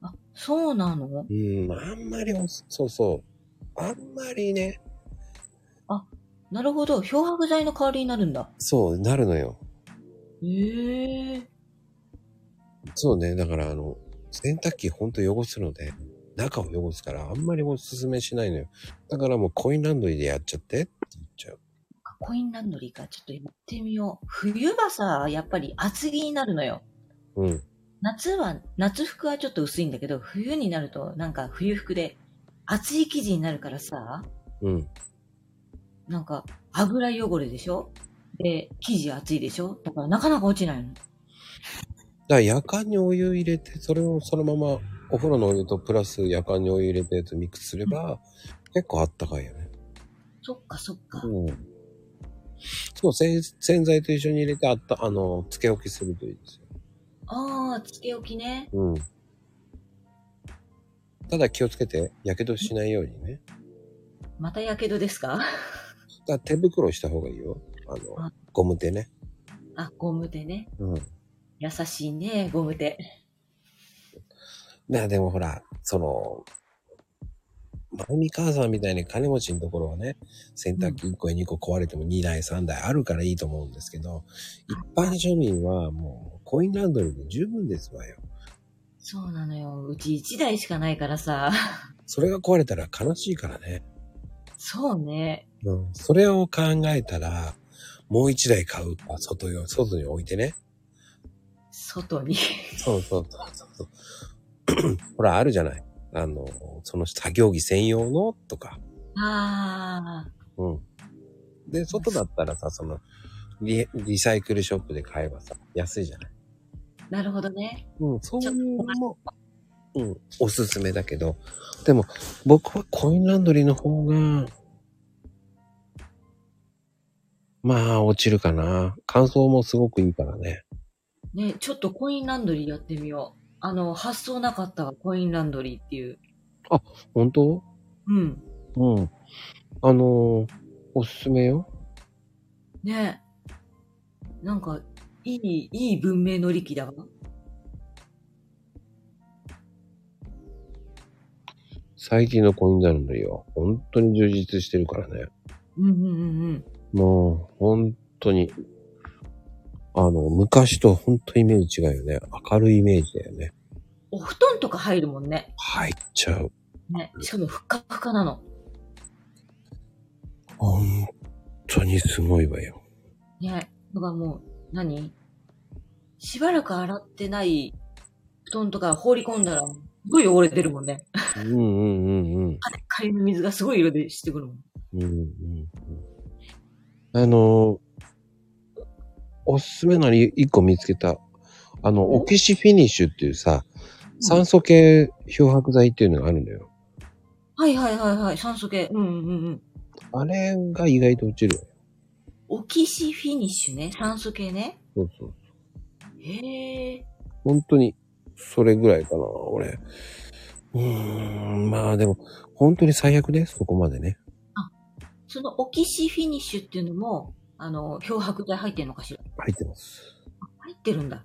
あ、そうなのうん、あんまりお、そうそう。あんまりね、なるほど。漂白剤の代わりになるんだ。そう、なるのよ。へえー。そうね、だからあの、洗濯機ほんと汚すので、中を汚すから、あんまりおすすめしないのよ。だからもうコインランドリーでやっちゃってって言っちゃう。コインランドリーか。ちょっとやってみよう。冬がさ、やっぱり厚着になるのよ。うん。夏は、夏服はちょっと薄いんだけど、冬になるとなんか冬服で厚い生地になるからさ、うん。なんか油汚れでしょで、生地厚いでしょだからなかなか落ちないの。だから夜間にお湯入れて、それをそのままお風呂のお湯とプラス夜間にお湯入れたやつミックスすれば、結構あったかいよね。そっかそっか。うん。そう、洗洗剤と一緒に入れてあった、あの、漬け置きするといいですよ。ああ、つけ置きね。うん。ただ気をつけて、火傷しないようにね。またやけどですかだ <laughs> から手袋した方がいいよ。あのあ、ゴム手ね。あ、ゴム手ね。うん。優しいね、ゴム手。まあでもほら、その、まゆみ母さんみたいに金持ちのところはね、洗濯機1個や2個壊れても2台3台あるからいいと思うんですけど、一般庶民はもうコインランドリーで十分ですわよ。そうなのよ。うち1台しかないからさ。 <laughs> それが壊れたら悲しいからね。そうね。うん。それを考えたら、もう1台買うか、外よ、外に置いてね。外に。 <laughs> そうそうそうそうそう。 <clears throat> ほら、あるじゃない。あの、その作業着専用のとか。ああ、うん。で、外だったらさ、そのリ、リサイクルショップで買えばさ、安いじゃない。なるほどね。うん、そうういいううののも、うん、おすすめだけど、でも、僕はコインランドリーの方が、まあ、落ちるかな。乾燥もすごくいいからね。ね、ちょっとコインランドリーやってみよう。あの、発想なかったわ、コインランドリーっていう。本当うん。うん。あのーおすすめよ。ね。なんか、いい、いい文明の利器だわ。最近のコインランドリーは、本当に充実してるからね。うんうんうんうん。もう、本当に、あの、昔と本当イメージ違うよね。明るいイメージだよね。お布団とか入るもんね。入っちゃう。ね。しかもふっかふかなの。本当にすごいわよ。ね。だからもう、何しばらく洗ってない布団とか放り込んだら、すごい汚れてるもんね。うんうんうんうん。カリの水がすごい色でしてくるもん。うんうんうん、あの、おすすめなのに一個見つけた。あの、オキシフィニッシュっていうさ、酸素系漂白剤っていうのがあるんだよ。はいはいはいはい。酸素系。うんうんうんうん。あれが意外と落ちるよ。オキシフィニッシュね。酸素系ね。そうそう。へえ。本当に、それぐらいかな、俺。うーん、まあでも、本当に最悪ね、そこまでね。そのオキシフィニッシュっていうのも、あの、漂白剤入ってるのかしら入ってます。入ってるんだ。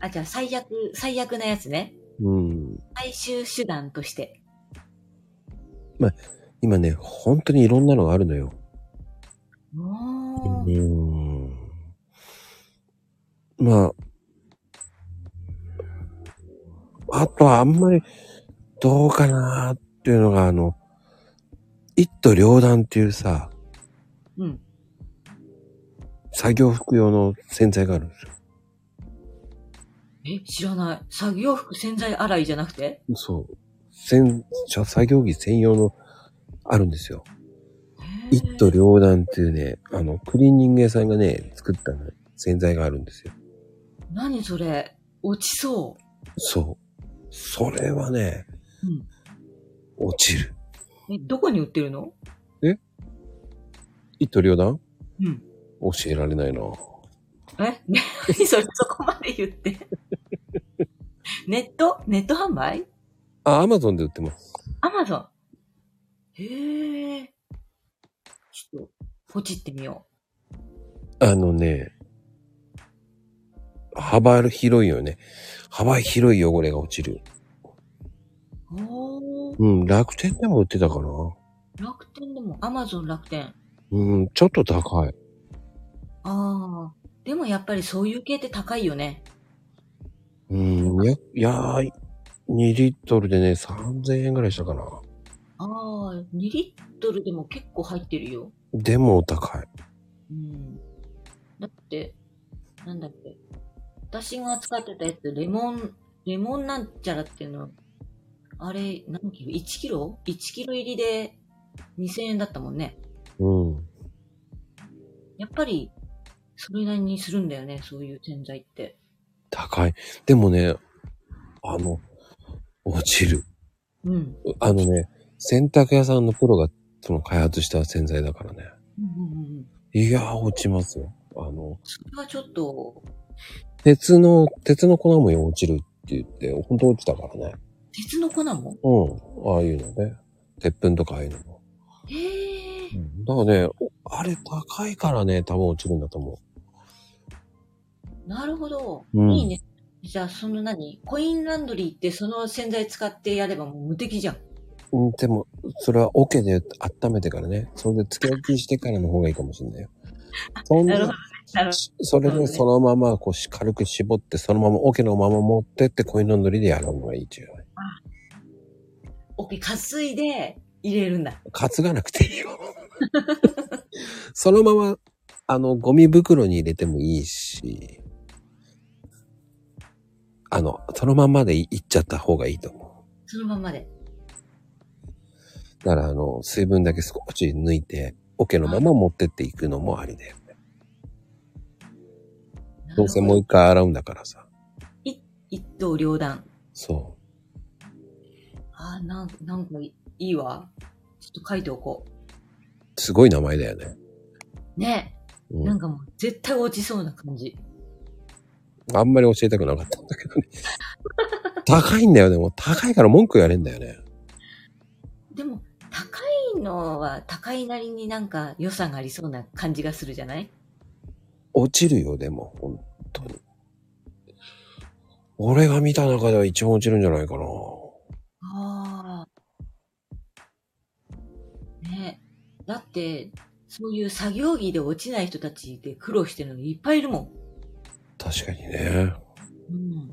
あ、じゃあ最悪、最悪なやつね。うん。最終手段として。今ね、本当にいろんなのがあるのよ。ううーん。ーん。まあ。あとはあんまり、どうかなっていうのが、あの、一刀両断っていうさ、うん。作業服用の洗剤があるんですよ。え、知らない。作業服洗剤洗いじゃなくてそう。洗車作業着専用の、あるんですよ。へー一刀両断っていうね、あの、クリーニング屋さんがね、作ったね洗剤があるんですよ。何それ落ちそそう。それはね、う。うん。落ちる。え、どこに売ってるの一刀両断うん。教えられないな。え何 <laughs> それそこまで言って。ネットネット販売あ、アマゾンで売ってます。アマゾン。へえ。ちょっと、ポチってみよあのね、幅広いよね。幅広い汚れが落ちる。う。おー。うん、楽天でも売ってたかな。楽天でも、アマゾン楽天。うん、ちょっと高い。ああ。でもやっぱりそういう系って高いよね。うん、や、いやー、2リットルでね、3000円ぐらいしたかな。ああ、2リットルでも結構入ってるよ。でも高い。うん。だって、なんだっけ。私が使ってたやつ、レモン、レモンなんちゃらっていうの、あれ、何キロ ?1 キロ ?1 キロ入りで2000円だったもんね。うん。やっぱり、それなりにするんだよね、そういう洗剤って。高い。でもね、あの、落ちる。うん。あのね、洗濯屋さんのプロが、その開発した洗剤だからね。うんうんうん。いやー、落ちますよ。あの、それはちょっと、鉄の、鉄の粉も落ちるって言って、本当落ちたからね。鉄の粉もうん。ああいうのね。鉄粉とかああいうのも。へえ。だからね、おあれ高いからね、多分落ちるんだと思なるほど。うんいいね。じゃあ、その何コインランドリーってその洗剤使ってやればもう無敵じゃん。う。うん、でも、それは桶で温めてからね、それでつけ置きしてからの方がいいかもしれないよ。そんなるほな、なるほどしそれなるでほどねそのまま、こうし、軽く絞って、そのまま桶のまま持ってって、コインランドリーでやるのがいいじゃない。オッ担いで入れるんだ。担がなくてい <laughs> いよ。そのまま、あの、ゴミ袋に入れてもいいし、あの、そのままでいいっちゃった方がいいと思そのまんまで。う。だから、あの、水分だけ少し抜いて、桶のまま持ってっていくのもありだよね。どうせもうう。一回洗うんだからさ。一刀両断。そああ、なん、なんかいいわ。ちょっと書いておこう。すごい名前だよね。う。ね。うなんん、かもう絶対落ちそうな感じ。あんまり教えたくなかったんだけどね。 <laughs> 高いんだよ、でも。高いから文句言われんだよね。でも、高いのは高いなりになんか良さがありそうな感じがするじゃない落ちるよ、でも、本当に。俺が見た中では一番落ちるんじゃないかな。ああ。ねだって、そういう作業着で落ちない人たちで苦労してるのいっぱいいるもん。確かにね。うん。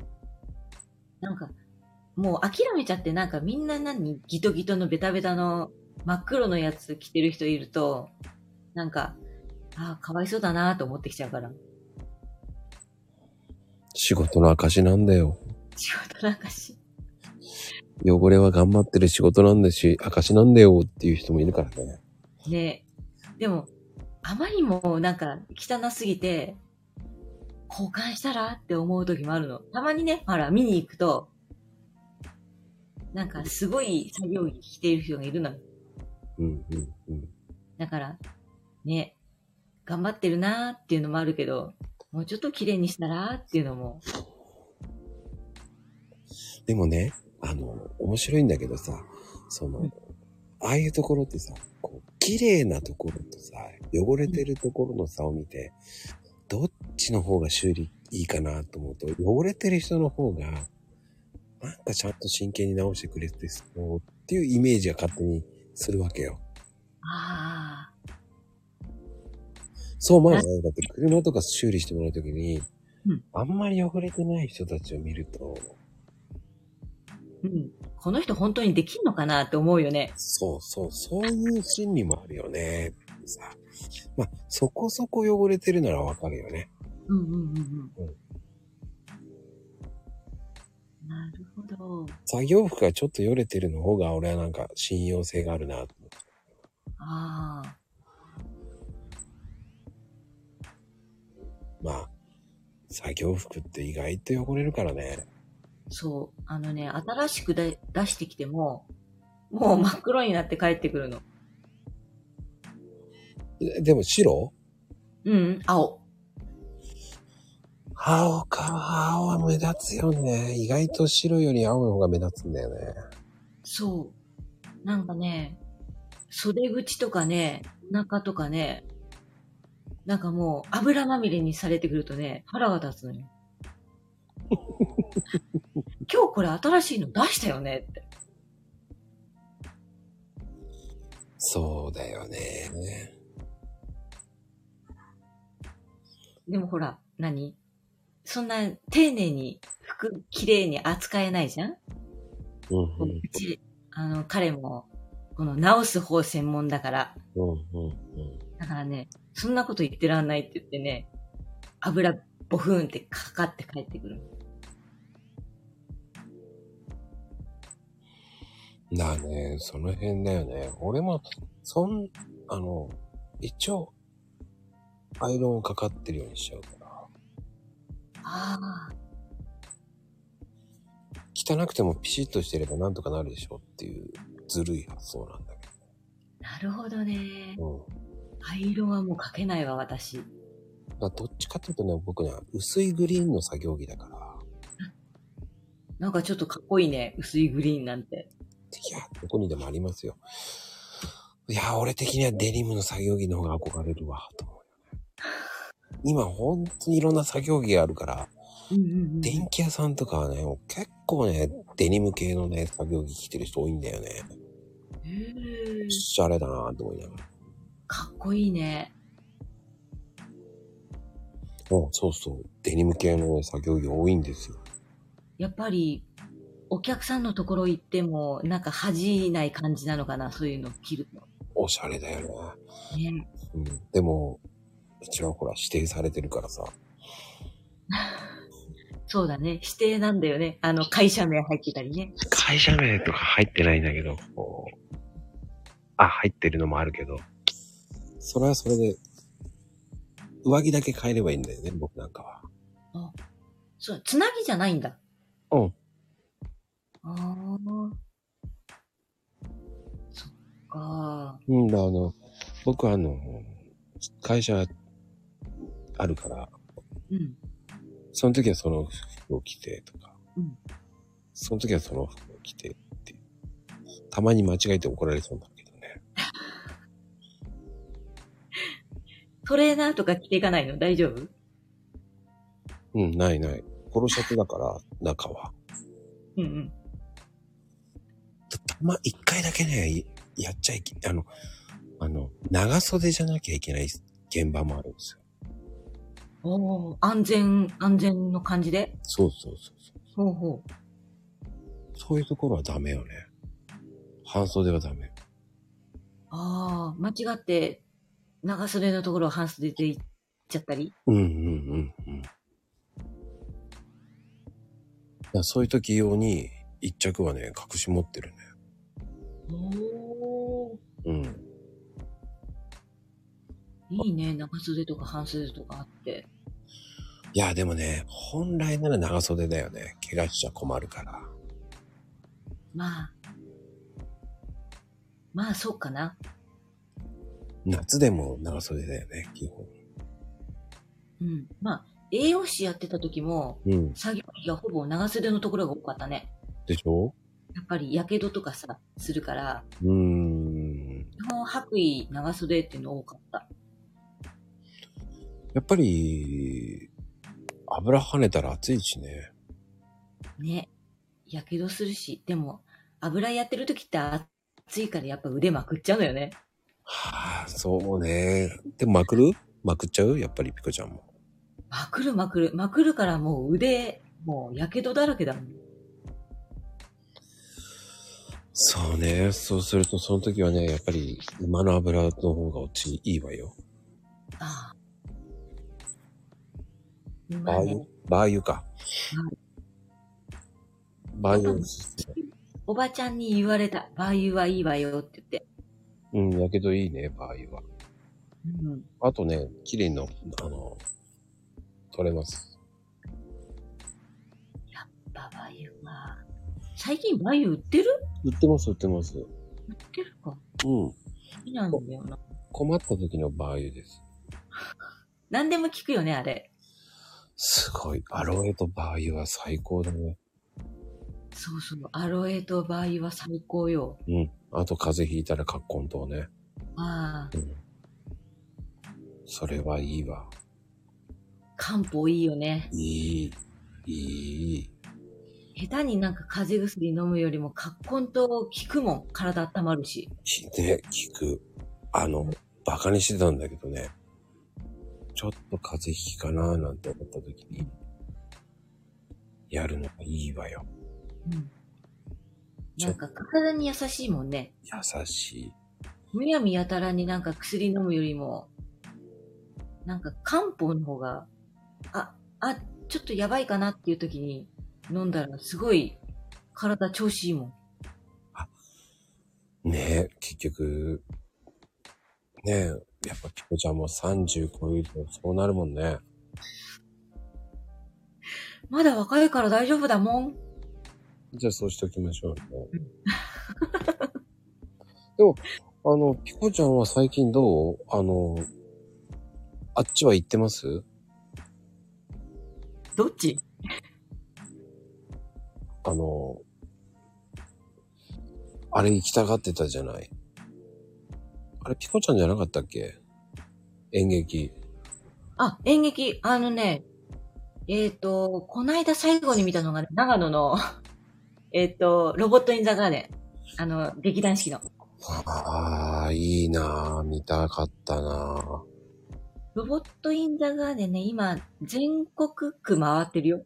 なんか、もう諦めちゃって、なんかみんな何、ギトギトのベタベタの真っ黒のやつ着てる人いると、なんか、ああ、かわいそうだなと思ってきちゃうから。仕事の証なんだよ。仕事なんかし、汚れは頑張ってる仕事なんだし、証なんだよっていう人もいるからね。ねでも、あまりにもなんか汚すぎて、交換したらって思う時もあるの。たまにね、ほら、見に行くと、なんかすごい作業着着ている人がいるのよ。うんうんうん。だから、ね、頑張ってるなーっていうのもあるけど、もうちょっと綺麗にしたらーっていうのも、でもね、あの、面白いんだけどさ、その、うんああいうところってさ、こう、綺麗なところとさ、汚れてるところの差を見て、どっちの方が修理いいかなと思うと、汚れてる人の方が、なんかちゃんと真剣に直してくれてそうっていうイメージが勝手にするわけよ。ああ、そう思わないだって車とか修理してもらうときに、うんあんまり汚れてない人たちを見ると、うん、この人本当にできんのかなって思うよね。そうそう、そういう心理もあるよね。さまあ、そこそこ汚れてるならわかるよね。うんうんうんう。うんなるほど。作業服がちょっとよれてるの方が俺はなんか信用性があるな。ああ、まあ、作業服って意外と汚れるからね。そう。あのね、新しくで出してきても、もう真っ黒になって帰ってくるの。えでも白うんうん、青。青か、青は目立つよね。意外と白より青の方が目立つんだよね。そう。なんかね、袖口とかね、中とかね、なんかもう油まみれにされてくるとね、腹が立つの <laughs> よ。今日これ新しいの出したよねって。そうだよね。でもほら、何そんな丁寧に服綺麗に扱えないじゃんうんううんち、あの、彼も、この直す方専門だから。うんうんうん。だからね、そんなこと言ってらんないって言ってね、油ボフンってかかって帰ってくる。だね、その辺だよね。俺も、そん、あの、一応、アイロンをかかってるようにしちゃうから。ああ、汚くてもピシッとしてればなんとかなるでしょっていうずるい発想なんだけなるほどね。ど。うん。アイロンはもうかけないわ、私。だからどっちかっていうとね、僕ね、薄いグリーンの作業着だから。なんかちょっとかっこいいね。薄いグリーンなんて。いや、どこにでもありますよ。いや、俺的にはデニムの作業着の方が憧れるわ、と思うよね。今、本当にいろんな作業着があるから、うんうんうん。電気屋さんとかはね、もう結構ね、デニム系のね、作業着着てる人多いんだよね。へえおしゃれだなぁと思いながら。かっこいいね。うん、そうそう。デニム系のね、作業着多いんですよ。やっぱり、お客さんのところ行っても、なんか恥じない感じなのかな、そういうの着るの。おしゃれだよね。ね。うん。でも、うちはほら、指定されてるからさ。そうだね。指定なんだよね。あの、会社名入ってたりね。会社名とか入ってないんだけど、こうあ、入ってるのもあるけど、それはそれで、上着だけ変えればいいんだよね、僕なんかは。そう、つなぎじゃないんだ。うん。ああ。そっか。うんだ、あの、僕はあの、会社あるから、うん。その時はその服を着てとか、うんその時はその服を着てっていう。たまに間違えて怒られそうなんだけどね。トレーナーとか着ていかないの大丈夫うん、ないない。ポロシャツだから、中は。うんうん。たま、一回だけね、いやっちゃいけ、あの、あの、長袖じゃなきゃいけない現場もあるんですよ。おお、安全、安全の感じで。そうそうそうそう。ほうほう。そういうところはダメよね。半袖はダメ。ああ、間違って、長袖のところを半袖で行っちゃったり。うんうんうんうん。だからそういう時用に、一着はね、隠し持ってるね。おお。うん。いいね、長袖とか半袖とかあって。いや、でもね、本来なら長袖だよね。怪我しちゃ困るから。まあ。まあ、そうかな。夏でも長袖だよね、基本。うん。まあ、栄養士やってた時も、うん。作業着がほぼ長袖のところが多かったね。でしょやっぱり、やけどとかさ、するから、うーん。基本白衣長袖っていうの多かった。やっぱり、油跳ねたら暑いしね。ね。やけどするし、でも、油やってる時って暑いからやっぱ腕まくっちゃうのよね。はあ、そうね。でもまくるまくっちゃうやっぱりピコちゃんも。まくるまくる。まくるからもう腕、もうやけどだらけだもん。そうね。そうすると、その時はね、やっぱり馬の油の方が落ちいいわよ。ああ。まバあーね油、バー油か。バー油。おばちゃんに言われた。バー油はいいわよって言って。うん、やけどいいね、バー油は。うん。あとね、綺麗な、あの、取れます。バー油は。最近バー油売ってる売ってます、売ってます。売ってるか。うん。いいなんだよな。困った時のバー油です。何でも聞くよね、あれ。すごい。アロエとバー油は最高だね。そうそう。アロエとバー油は最高よ。うん。あと風邪ひいたらカッコン糖ね。ああ。うん。それはいいわ。漢方いいよね。いい。いい。下手になんか風邪薬飲むよりも、カッコンと効くもん。体温まるし。きね、聞く。あの、バカにしてたんだけどね。ちょっと風邪ひきかなーなんて思った時に、やるのがいいわよ。うん。なんか体に優しいもんね。優しい。むやみやたらになんか薬飲むよりも、なんか漢方の方が、あ、あ、ちょっとやばいかなっていう時に飲んだらすごい体調子いいもん。ねえ、結局、ねえ、やっぱピコちゃんも30超えるとそうなるもんね。まだ若いから大丈夫だもん。じゃあそうしておきましょうね。でも、あの、ピコちゃんは最近どうあの、あっちは行ってますどっちあの、あれ行きたがってたじゃない。あれ、ピコちゃんじゃなかったっけ演劇。あ、演劇、あのね、えっ、と、こないだ最後に見たのがね、長野の、 <laughs> えっ、と、ロボットインザガーデン。あの、劇団四季の。ああ、いいなあ見たかったなロボットインザガーデンね、今、全国区回ってるよ。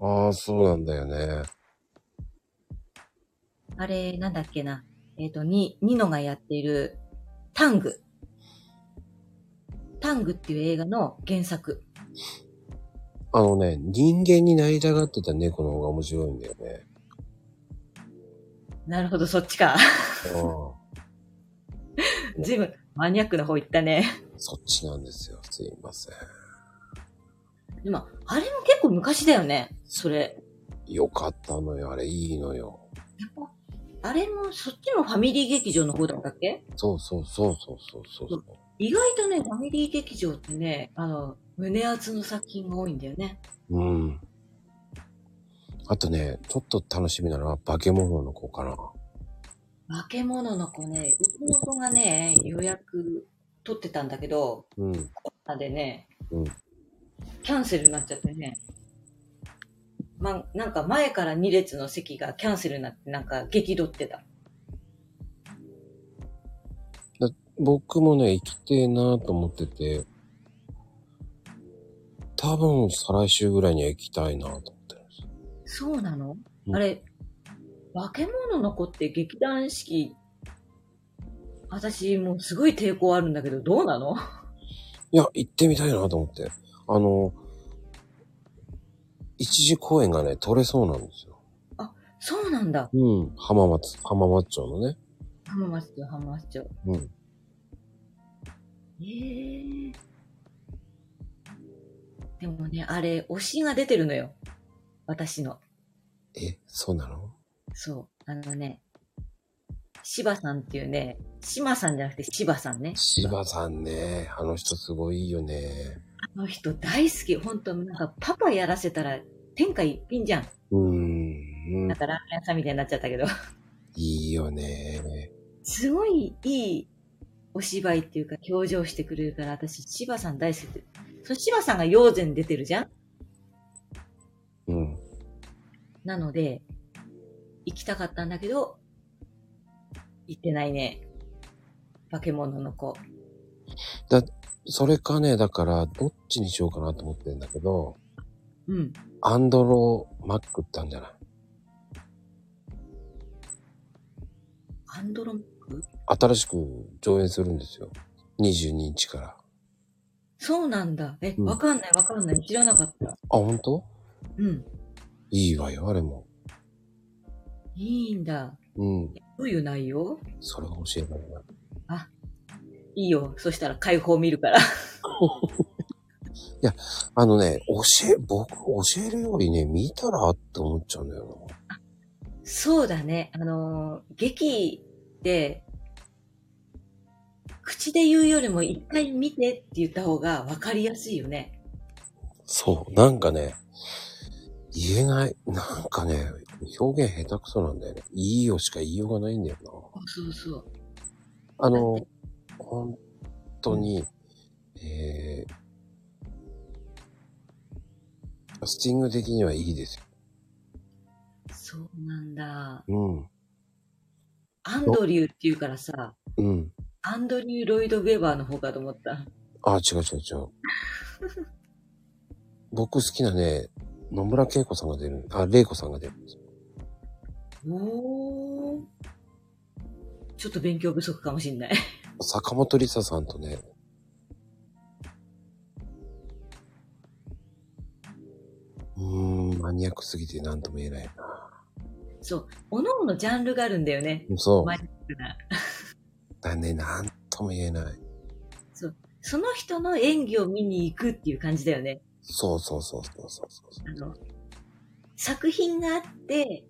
あああ、そうなんだよね。あれ、なんだっけな。えっ、と、に、ニノがやっている、タング。タングっていう映画の原作。あのね、人間になりたがってた猫の方が面白いんだよね。なるほど、そっち <laughs> あか。ずいぶんマニアックな方行ったね。あ、そっちなんですよ。すいません。でも、あれも結構昔だよね。それ。よかったのよ。あれ、いいのよ。あれも、そっちのファミリー劇場の方だったっけそうそうそうそうそうそう。意外とね、ファミリー劇場ってね、あの、胸厚の作品が多いんだよね。うん。あとね、ちょっと楽しみなのは、化け物の子かな。化け物の子ね、うちの子がね、予約取ってたんだけど、うん。あでね、うんキャンセルになっちゃってね。ま、なんか前から2列の席がキャンセルになって、なんか激怒ってた。僕もね、生きてえなと思ってて、多分、再来週ぐらいには行きたいなと思ってるんですよ。そうなの、うんあれ、化け物の子って劇団四季、私もうすごい抵抗あるんだけど、どうなのいや、行ってみたいなと思って。あの、一時公演がね、取れそうなんですよ。そうなんだ。うん。浜松、浜松町のね。浜松町、浜松町。うん。えー。でもね、あれ、推しが出てるのよ。私の。え、そうなのそう。あのね、芝さんっていうね、島さんじゃなくて芝さんね。芝さんね、あの人すごいよね。あの人大好き。本当なんかパパやらせたら天下一品じゃん。うーん、うんなんかラーメン屋さんみたいになっちゃったけど。 <laughs> いいよね。すごいいいお芝居っていうか表情してくれるから、私、芝さん大好きで。その芝さんが陽禅出てるじゃんうん。なので、行きたかったんだけど、行ってないね。化け物の子。それかね、だから、どっちにしようかなと思ってんだけど、うん。アンドロマックったんじゃないアンドロンク新しく上映するんですよ。22日から。そうなんだ。え、うんわかんないわかんない。知らなかった。あ、本当？うん。いいわよ、あれも。いいんだ。うん。どういう内容それが教えたいな。いいよ。そしたら解放見るから。 <laughs> あのね、教え、僕、教えるよりね、見たらって思っちゃうんだよな。そうだね。あのー劇で、口で言うよりも一回見てって言った方が分かりやすいよね。そう、なんかね、言えない。なんかね、表現下手くそなんだよね。いいよしか言いようがないんだよな。そうそう。あの、本当に、えー、スティング的にはいいですそうなんだ。よ。アンドリューっていうからさ、うん。うん。アンドリュー・ロイド・ウェバーの方かと思った。あ、違う違う違 <laughs> う。僕好きなね、野村恵子さんが出る、あ、玲子さんが出るんですよ。おー。ちょっと勉強不足かもしんない。坂本理沙さんとね、うーん、マニアックすぎて何とも言えないな。そう。おのおのジャンルがあるんだよね。そうマニアックな。だね、何とも言えない。その人の演技を見に行くっていう感じだよね。そうそうそうそうそうそう。あの、作品があって、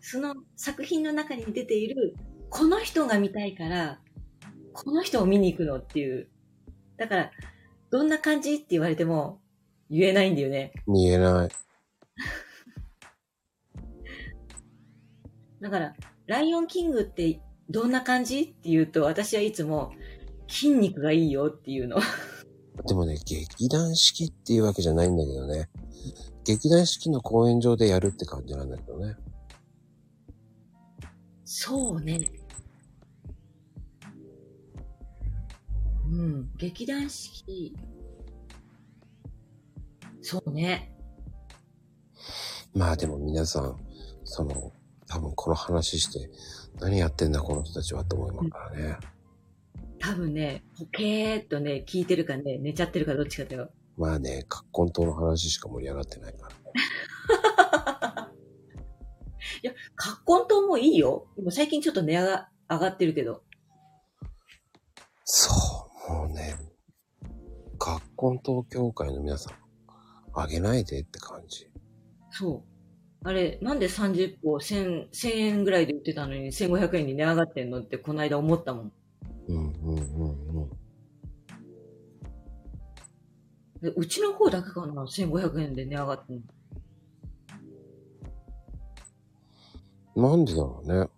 その作品の中に出ている、この人が見たいから、この人を見に行くのっていう。だから、どんな感じって言われても、言えないんだよね。言えない。だから、ライオンキングってどんな感じって言うと、私はいつも、筋肉がいいよっていうの。でもね、劇団四季っていうわけじゃないんだけどね。劇団四季の公演場でやるって感じなんだけどね。そうね。うん、劇団四季。そうね。まあでも皆さん、その、多分この話して、何やってんだこの人たちはって思いますからね。多分ね、ポケーっとね、聞いてるかね、寝ちゃってるかどっちかだよ。まあね、葛根党の話しか盛り上がってないから。カッコン島もいいよ。でも最近ちょっと値が上がってるけど。そう、もうね、葛根党協会の皆さん、あげないでって感じ。そう。あれ、なんで30個1000、1000円ぐらいで売ってたのに1500円に値上がってんのってこの間思ったもん。うんうんうんうん。でうちの方だけかな ?1500 円で値上がってんの。なんでだろうね。やっ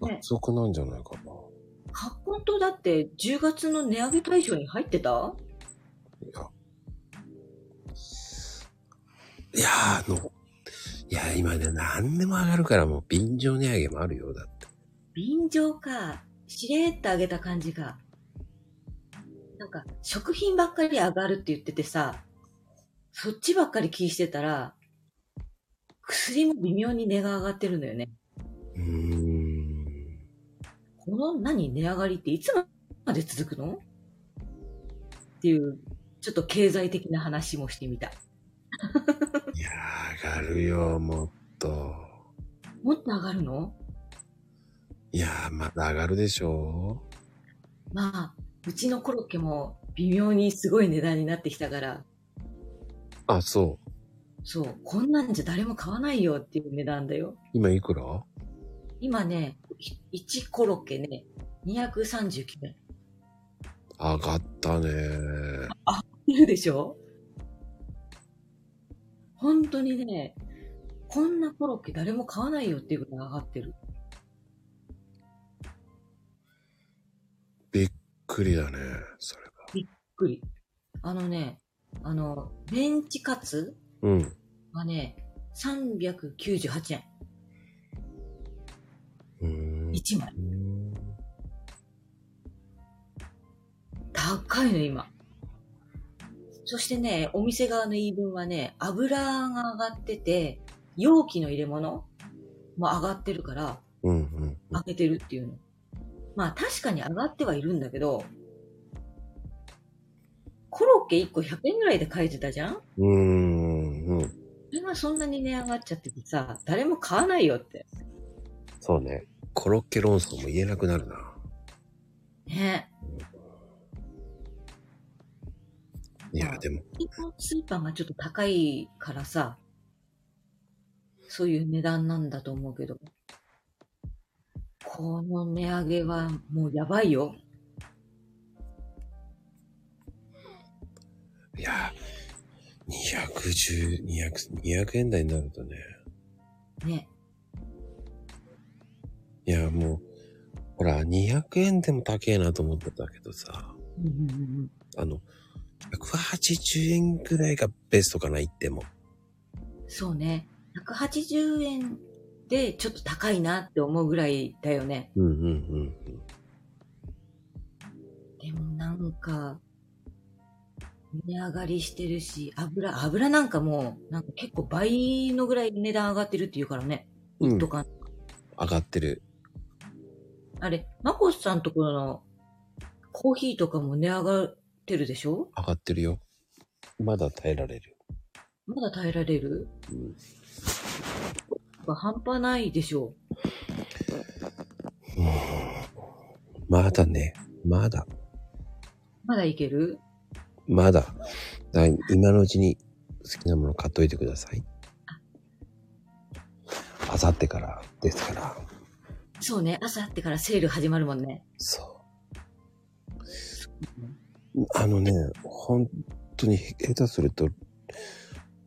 ぱね不足なんじゃないかな。カッコン島だって10月の値上げ対象に入ってたいや。いやー、あの、いや、今ね、何でも上がるから、もう便乗値上げもあるよ、だって。便乗か。しれーっと上げた感じが。なんか、食品ばっかり上がるって言っててさ、そっちばっかり気にしてたら、薬も微妙に値が上がってるのよね。うーん。この何値上がりっていつまで続くのっていう、ちょっと経済的な話もしてみた。いやー、上がるよ、もっと。もっと上がるのいやー、まだ上がるでしょまあ、うちのコロッケも微妙にすごい値段になってきたから、あ、そそう、こんなんじゃ誰も買わないよっていう値段だよ。今いくら今ね、1コロッケね、239円。上がったね。いるでしょ本当にね、こんなコロッケ誰も買わないよっていうぐらい上がってる。びっくりだね。それが。びっくり。あのね、あの、メンチカツうん。がね、398円。うーん。 1枚。高いの、今。そしてね、お店側の言い分はね、油が上がってて、容器の入れ物も上がってるから、うんうん。上げてるっていうの。まあ確かに上がってはいるんだけど、コロッケ1個100円ぐらいで買えてたじゃんうーん。うん。それがそんなに値上がっちゃっててさ、誰も買わないよって。そうね。コロッケ論争も言えなくなるな。ね。いまや、あでも、スーパーがちょっと高いからさ、そういう値段なんだと思うけど。この値上げはもうやばいよ。いや、210、200、200円台になるとね。ね。いや、もう、ほら、200円でも高えなと思ってたけどさ、うんうんうんあの、180円くらいがベストかな、言っても。うんそうね。180円でちょっと高いなって思うぐらいだよね。うんうんうんうん。でもなんか、値上がりしてるし、油、油なんかもう、なんか結構倍のぐらい値段上がってるっていうからね。うんとか、上がってる。あれ、マコスさんところのコーヒーとかも値上がってるでしょ上がってるよ。まだ耐えられる。まだ耐えられるうん半端ないでしょまだね。まだ。まだいけるまだ。だい今のうちに好きなもの買っといてください。あさってからですから。そうね、朝あってからセール始まるもんね。そう。あのね、本当に下手すると、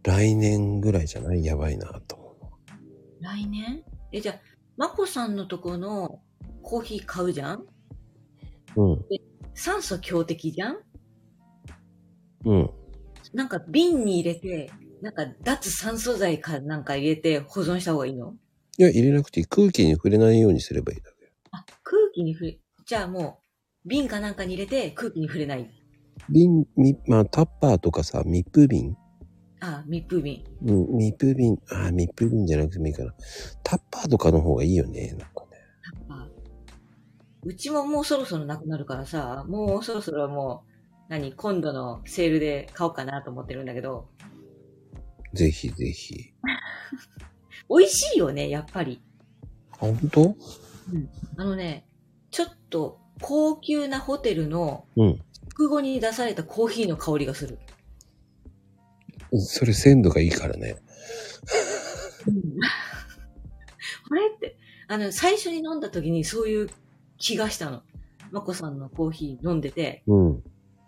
来年ぐらいじゃないやばいなと思来年え、じゃあ、マコさんのとこのコーヒー買うじゃんう。酸素強敵じゃんうん。うん。なんか瓶に入れて、なんか脱酸素剤かなんか入れて保存した方がいいのいや、入れなくていい。空気に触れないようにすればいいだけ。あ、空気に触れ、じゃあもう瓶かなんかに入れて空気に触れない。瓶、み、まあ、タッパーとかさ、密封瓶あ、密封瓶。うん、密封瓶、あー、密封瓶じゃなくてもいいかな。タッパーとかの方がいいよね、なんかね。あうちももうそろそろなくなるからさ、もうそろそろもう、何、今度のセールで買おうかなと思ってるんだけど、ぜひぜひ。美味しいよね、やっぱり。あ、本当あのね、ちょっと高級なホテルのうん。食後に出されたコーヒーの香りがする。それ鮮度がいいからね。あれって、あの、最初に飲んだ時にそういう気がしたの。まこさんのコーヒー飲んでて、うん。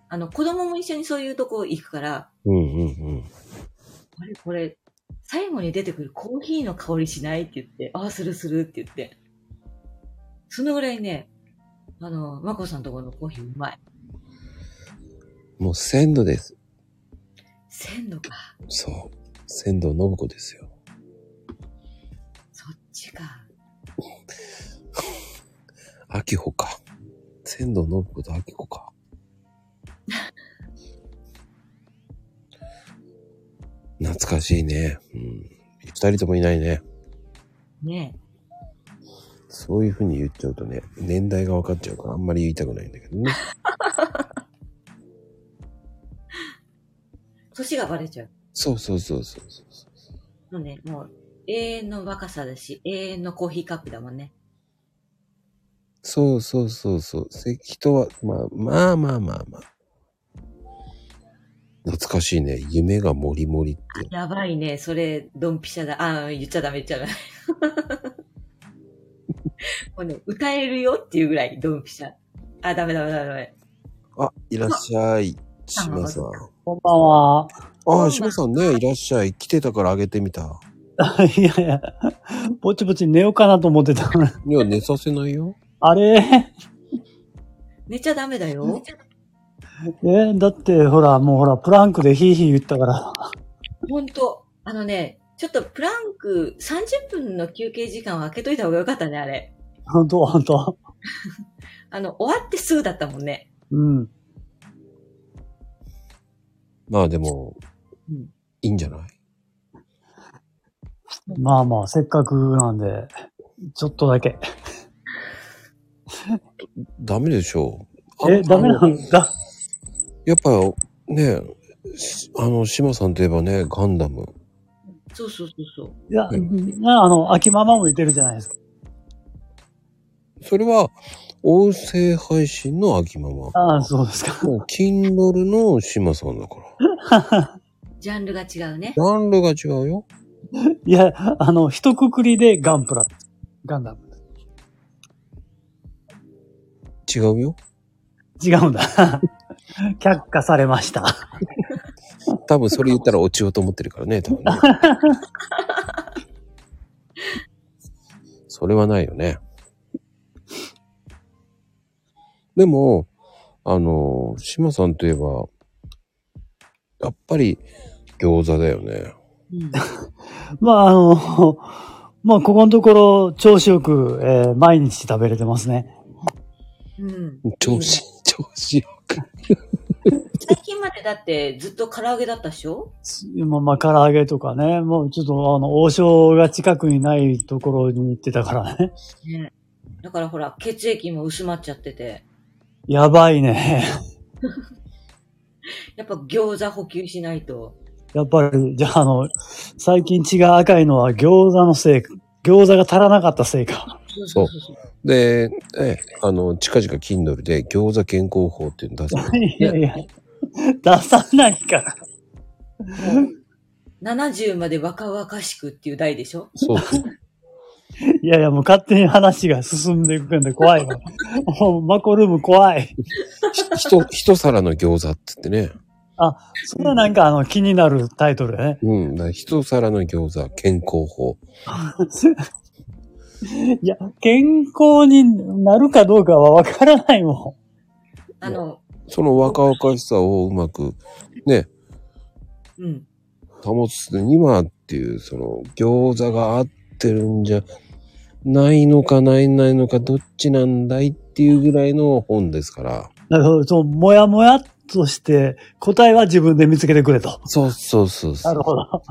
あの、子供も一緒にそういうとこ行くから、うんうんうん。あれこれ、最後に出てくるコーヒーの香りしないって言って、ああ、するするって言って。そのぐらいね、あの、まこさんとこのコーヒーうまい。もう鮮度です。鮮度か。そう。鮮度信子ですよ。そっちか。秋穂か。鮮度信子と秋穂か。 <laughs> 懐かしいね。うん。二人ともいないね。ねそういう風に言っちゃうとね、年代が分かっちゃうからあんまり言いたくないんだけどね。 <laughs> え。歳がバレちゃう。そうそうそうそうそうそう。もうね、もう、永遠の若さだし、永遠のコーヒーカップだもんね。そうそうそうそう。せ人は、まあまあまあまあまあ。懐かしいね。夢がもりもりって。やばいね。それ、ドンピシャだ。ああ、言っちゃダメ、言っちゃダメ。 <laughs> もうね、歌えるよっていうぐらい、ドンピシャ。あ、ダメダメダメダメ。あ、いらっしゃい。島さん。こんばんは。ああ、島さんね、いらっしゃい。来てたからあげてみた。 <laughs> いやいや、ぼちぼち寝ようかなと思ってた。 <laughs> いや、寝させないよ。あれ <laughs> え寝ちゃダメだよ。だって、ほら、もうほら、プランクでヒーヒー言ったから。 <laughs> ほんと。あのね、ちょっとプランク、30分の休憩時間を空けといた方がよかったね、あれ。ほんと、ほんと。あの、終わってすぐだったもんね。うん。まあでもうん、いいんじゃないまあまあ、せっかくなんで、ちょっとだけ。ダメでしょう。え、ダメななんだ。やっぱ、ね、しあの、島さんといえばね、ガンダム。そうそうそうそう。いや、うなあの、秋ママも言ってるじゃないですか。それは、音声配信の秋ママ。ああ、そうですか。もう、Kindle の島さんだから。ジャンルが違うね。ジャンルが違うよ。いや、あの、一括りでガンプラ。ガンダム。違うよ。違うんだ。 <laughs> 却下されました。多分それ言ったら落ちようと思ってるからね、多分ね。それはないよね。でも、あの、島さんといえば、やっぱり餃子だよね。うん。まあ、あの、 <laughs> まあ、ここのところ、調子よく、えー毎日食べれてますね。うん、調子、調子。最近までだってずっと唐揚げだったっしょ今、まあ、唐揚げとかね、もうちょっと、あの、王将が近くにないところに行ってたからね。 <laughs> ね。だからほら、血液も薄まっちゃってて、やばいね。 <laughs> やっぱ餃子補給しないと。やっぱり、じゃあ、あの、最近血が赤いのは餃子のせいか、餃子が足らなかったせいか。 <laughs> そうそうそうそう。で、ええ、あの、近々 Kindle で餃子健康法っていうの出す。いやいや、出さないから。 <laughs> 70まで若々しくっていう題でしょそうそう。いやいや、もう勝手に話が進んでいくんで怖いわ。 <laughs> もうマコルーム怖い。ひと、一皿の餃子って言ってね。それはなんかあの気になるタイトルね。うん。だから一皿の餃子健康法。いや、健康になるかどうかはわからないもあの、その若々しさをうまくね、うん。保つにはっていう、その餃子が合ってるんじゃないのかないないのかどっちなんだいっていうぐらいの本ですから。ん。なるほど。そう、もやもやっとして、答えは自分で見つけてくれと。そうそうそうそなう。るほど。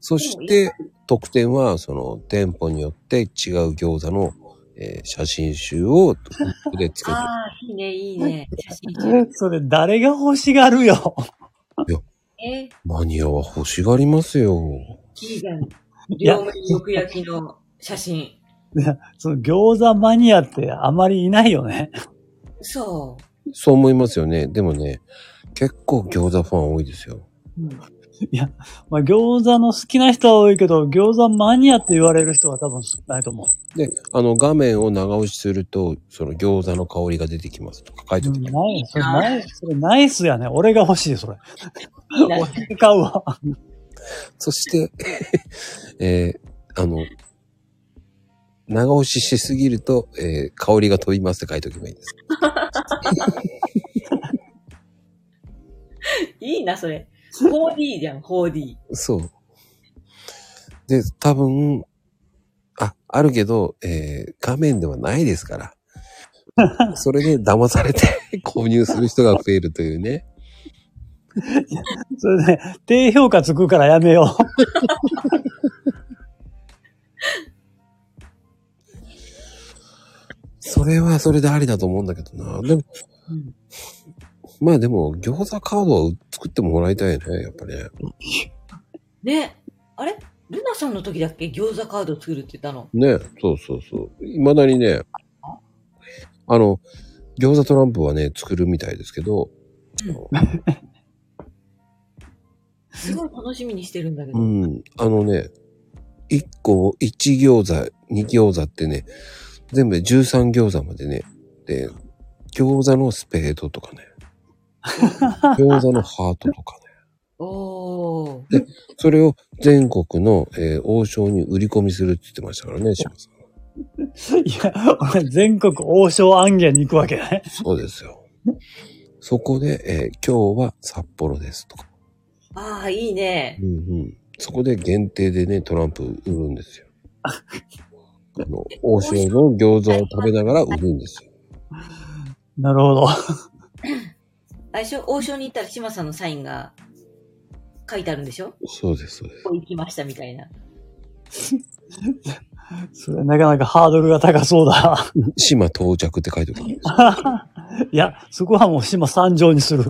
そして、特典はその店舗によって違う餃子の、えー写真集をで作 <laughs> る。ああ、いいね、いいね。写真集それ誰が欲しがるよ。ね。マニアは欲しがりますよ。いいじゃん。両面よく焼きの写真。その餃子マニアってあまりいないよね。そそう思いますよね。でもね、結構餃子ファン多いですよ。う。うんまあ餃子の好きな人は多いけど、餃子マニアって言われる人は多分少ないと思う。で、あの、画面を長押しすると、その餃子の香りが出てきますとか書いておきます。ナイス、それナイス、それナイスやね。俺が欲しい、それ。いいな俺買うわ。そして、 <laughs> えーあの、長押ししすぎると、えー香りが飛びますって書いておけばいいんです。いいな、それ。4D じゃん、4D。そう。で、多分、あ、あるけど、えー画面ではないですから。それで騙されて <laughs> 購入する人が増えるというね。それで、低評価つくからやめよう。それはそれでありだと思うんだけどな。でも、うんまあでも、餃子カードは作ってもらいたいね、やっぱね。ね。あれルナさんの時だっけ餃子カード作るって言ったの。ね、そうそうそう。いまだにね、あの、餃子トランプはね、作るみたいですけど、すごい楽しみにしてるんだけど。うん。あのね、1個、1餃子、2餃子ってね、全部で13餃子までね、で、餃子のスペードとかね、餃子のハートとかね、おー。それを全国の、えー王将に売り込みするって言ってましたからね、島さん。いや、俺全国王将暗芸に行くわけね。そうですよ。そこで、えー今日は札幌ですとか。ああ、いいね。うんうん。そこで限定でね、トランプ売るんですよ。あの、王将の餃子を食べながら売るんですよ。なるほど。相性、王将に行ったら島さんのサインが書いてあるんでしょそうです、そうです。ここ行きましたみたいな。それなかなかハードルが高そうだ。 <laughs> 島到着って書いておくんですよ。いや、そこはもう島三条にする。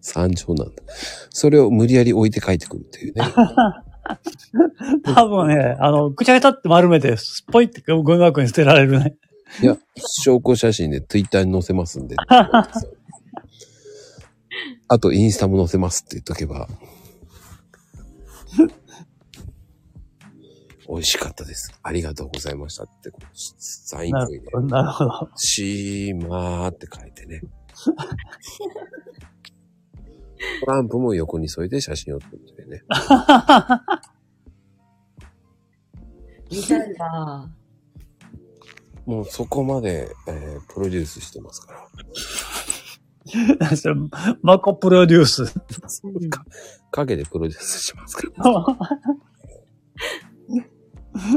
山頂なんだ。それを無理やり置いて帰ってくるっていうね。多分ね、あの、ぐちゃぐちゃって丸めて、すっぽいってゴミ箱に捨てられるね。いや、証拠写真で Twitter に載せますんで。あと、インスタも載せますって言っとけば。美味しかったです。ありがとうございましたって、こうサインな書いるてほ、ど。なるほど。しーまーって書いてね。トランプも横に添えて写真を撮ってね。見たいわ。もうそこまで、えープロデュースしてますから。それマコプロデュース。 <laughs> か陰でプロデュースしますから。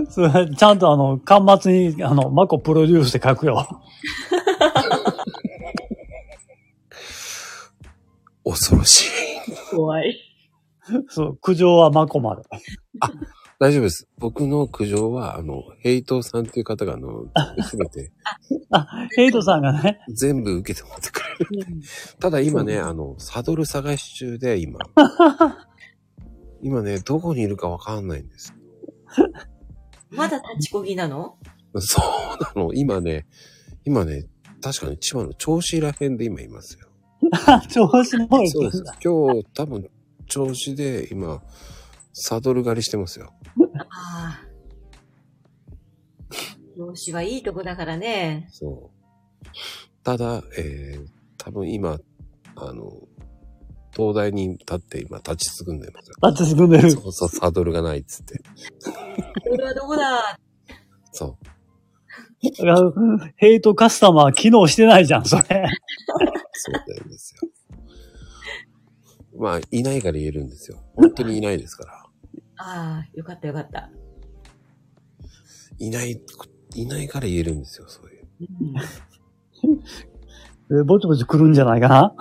それちゃんとあの、端末に、あの、マコプロデュースって書くよ。恐ろしい。怖い。そう、苦情はマコまで。大丈夫です。僕の苦情は、あの、ヘイトさんという方が、あの、すべて、あ、ヘイトさんがね、全部受け止めてくれる。ただ今ね、あの、サドル探し中で、 <laughs> 今。今ね、どこにいるかわかんないんです。まだ立ちこぎなの <laughs> そうなの、今ね、今ね、確かに千葉の銚子ら辺で今いますよ。調子の方そうです。今日、多分、銚子で今、サドル狩りしてますよ。ああ。調子はいいとこだからね。そう。ただ、えー、多分今、あの、灯台に立って今立ちすくんでますよ。立ちすくんでる。そうそう、サドルがないっつって。これはどこだそだからヘイトカスタマー機能してないじゃん、それ。う、そうなんですよ。まあ、いないから言えるんですよ。本当にいないですから。ああ、よかったよかった。いない、いないから言えるんですよ、そういう。 <laughs> えーぼちぼち来るんじゃないかな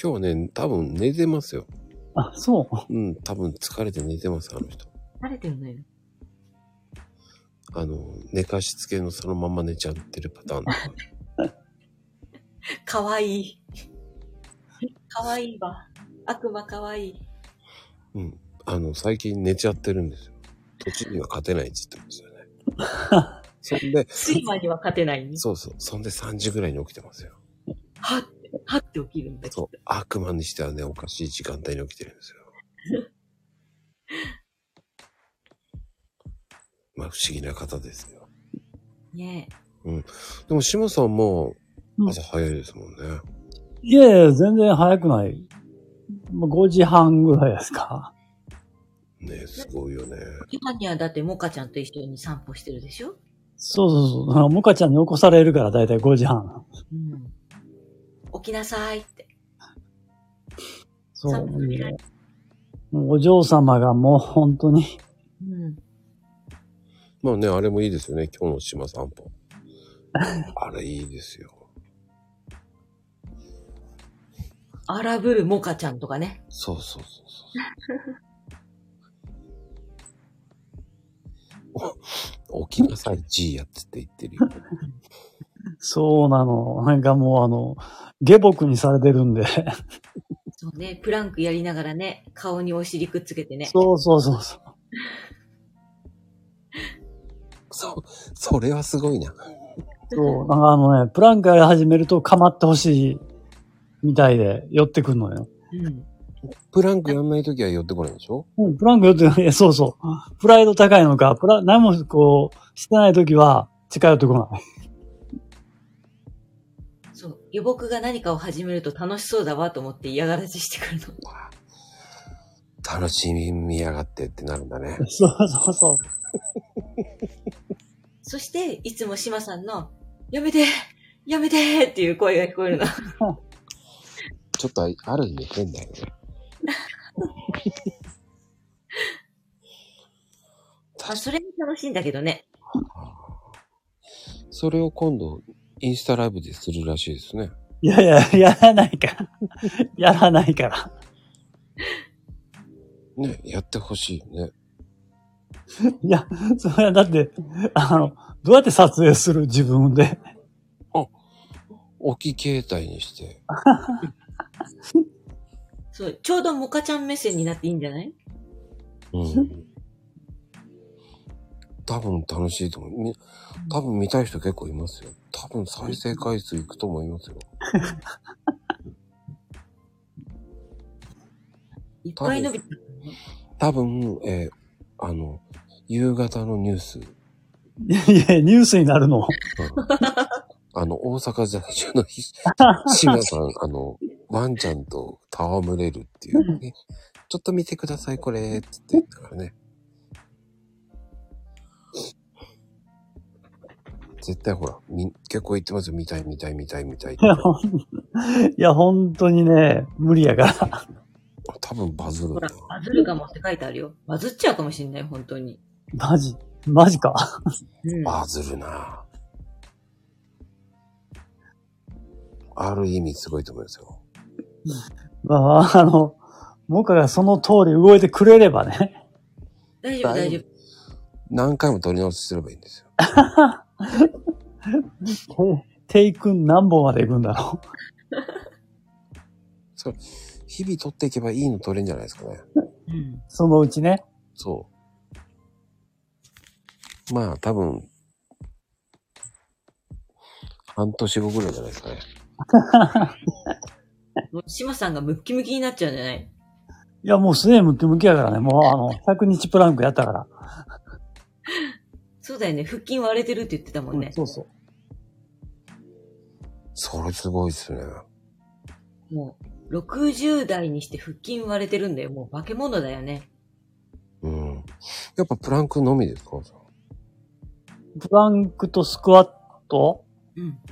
今日はね、多分寝てますよ。あ、そう。うん、多分疲れて寝てます、あの人。慣れてるのよ。あの、寝かしつけのそのまま寝ちゃってるパターン <laughs> とか。かわいい。かわいいわ。悪魔かわいい。うん。あの、最近寝ちゃってるんですよ。土地には勝てないって言ってましたよね。 <laughs> そんで、睡魔には勝てないね。そうそう。そんで3時ぐらいに起きてますよ。はって、はって起きるんだけどそう。。悪魔にしてはね、おかしい時間帯に起きてるん <laughs> ですよ。まあ、不思議な方ですよ。ねえ。でも、志麻さんもうん朝早いですもんね。いやいや、全然早くない。もう5時半ぐらいですか。ねすごいよね。今にはだってモカちゃんと一緒に散歩してるでしょそうそうそうあの。モカちゃんに起こされるからだいたい5時半。うん。起きなさいって。そそうう。ですねもうお嬢様がもう本当に、うん。まあね、あれもいいですよね。今日の島散歩。あれいいですよ。荒ぶるモカちゃんとかね。そうそうそうそう。お起きなさい、G やつって言ってるよ。そうなの。なんかもうあの、下僕にされてるんで。そうね。プランクやりながらね、顔にお尻くっつけてね。そうそうそうそう。そう、それはすごいな。そう、なんかあのね、プランクやり始めると構ってほしいみたいで寄ってくんのよ。うん。プランクやんないときは寄ってこないでしょうん、プランク寄って <laughs> くる、いやそうそう。プライド高いのか、プラ、何もこう、してないときは近寄ってこない。そう。予僕が何かを始めると楽しそうだわと思って嫌がらせしてくるの。 <laughs> 楽しみやがってってなるんだね。 <laughs> そうそうそう。そして、いつも島さんの、やめてやめてっていう声が聞こえるの。ちょっとあある意味変だよね。まあ、それも楽しいんだけどね。それを今度、インスタライブでするらしいですね。いやいや、 <laughs> やらないから。やらないから。ね、やってほしいよね。いや、それはだって、あの、どうやって撮影する自分で。 <laughs> 置き携帯にして。そう。ちょうどモカちゃん目線になっていいんじゃないうん。多分楽しいと思う。み多分見たい人結構いますよ。多分再生回数いくと思いますよ。いっぱい伸びてる。多分、えーあの、夕方のニュー <laughs> ス、いやいや、ニュースになるの。 <laughs> あの、大阪在住のひ島さん、あの、ワンちゃんと戯れるっていうね。ちょっと見てください、これ、って言ったからね。絶対ほら、み、結構言ってますよ。見たい、見たい、見たい、見 <laughs> たい。いや、ほんいや本当にね、無理やから。多分バズるほなら。、バズるかもって書いてあるよ。バズっちゃうかもしんない、本当に。マジ、マジか。うん。バズるな。ある意味すごいと思いますよ。まあ、あの、モカがその通り動いてくれればね。大丈夫、大丈夫。何回も撮り直しすればいいんですよ。テイク何本まで行くんだろ日々撮っていけばいいの撮れるんじゃないですかね。うんう。。そのうちね。そう。まあ、多分、半年後ぐらいじゃないですかね。もう島さんがムッキムキになっちゃうんじゃないいや、もうすでにムキムキやからね。もうあの、100日プランクやったから。そうだよね。腹筋割れてるって言ってたもんね。そうそう。それすごいですね。もう、60代にして腹筋割れてるんだよ。もう化け物だよね。うん。やっぱプランクのみですかプランクとスクワット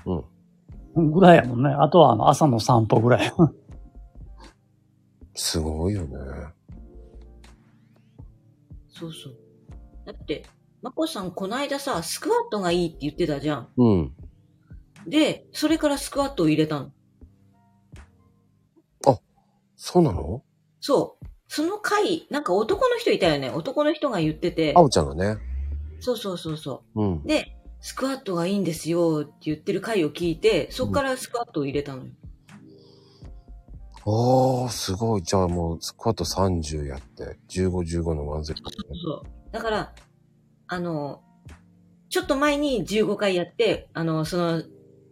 うん。うん。ぐらいやもんね。あとはあの朝の散歩ぐらい。すごいよね。そうそう。だって、まこさんこないださ、スクワットがいいって言ってたじゃん。うん。で、それからスクワットを入れたの。そうなのそう。その回、なんか男の人いたよね。男の人が言っててあ、おちゃんがね。そうそうそうそうんう。。で、スクワットがいいんですよって言ってる回を聞いて、そっからスクワットを入れたのよ。おー、すごい。じゃあもう、スクワット30やって、15、15のワンセット。そう。だから、あの、ちょっと前に15回やって、あの、その、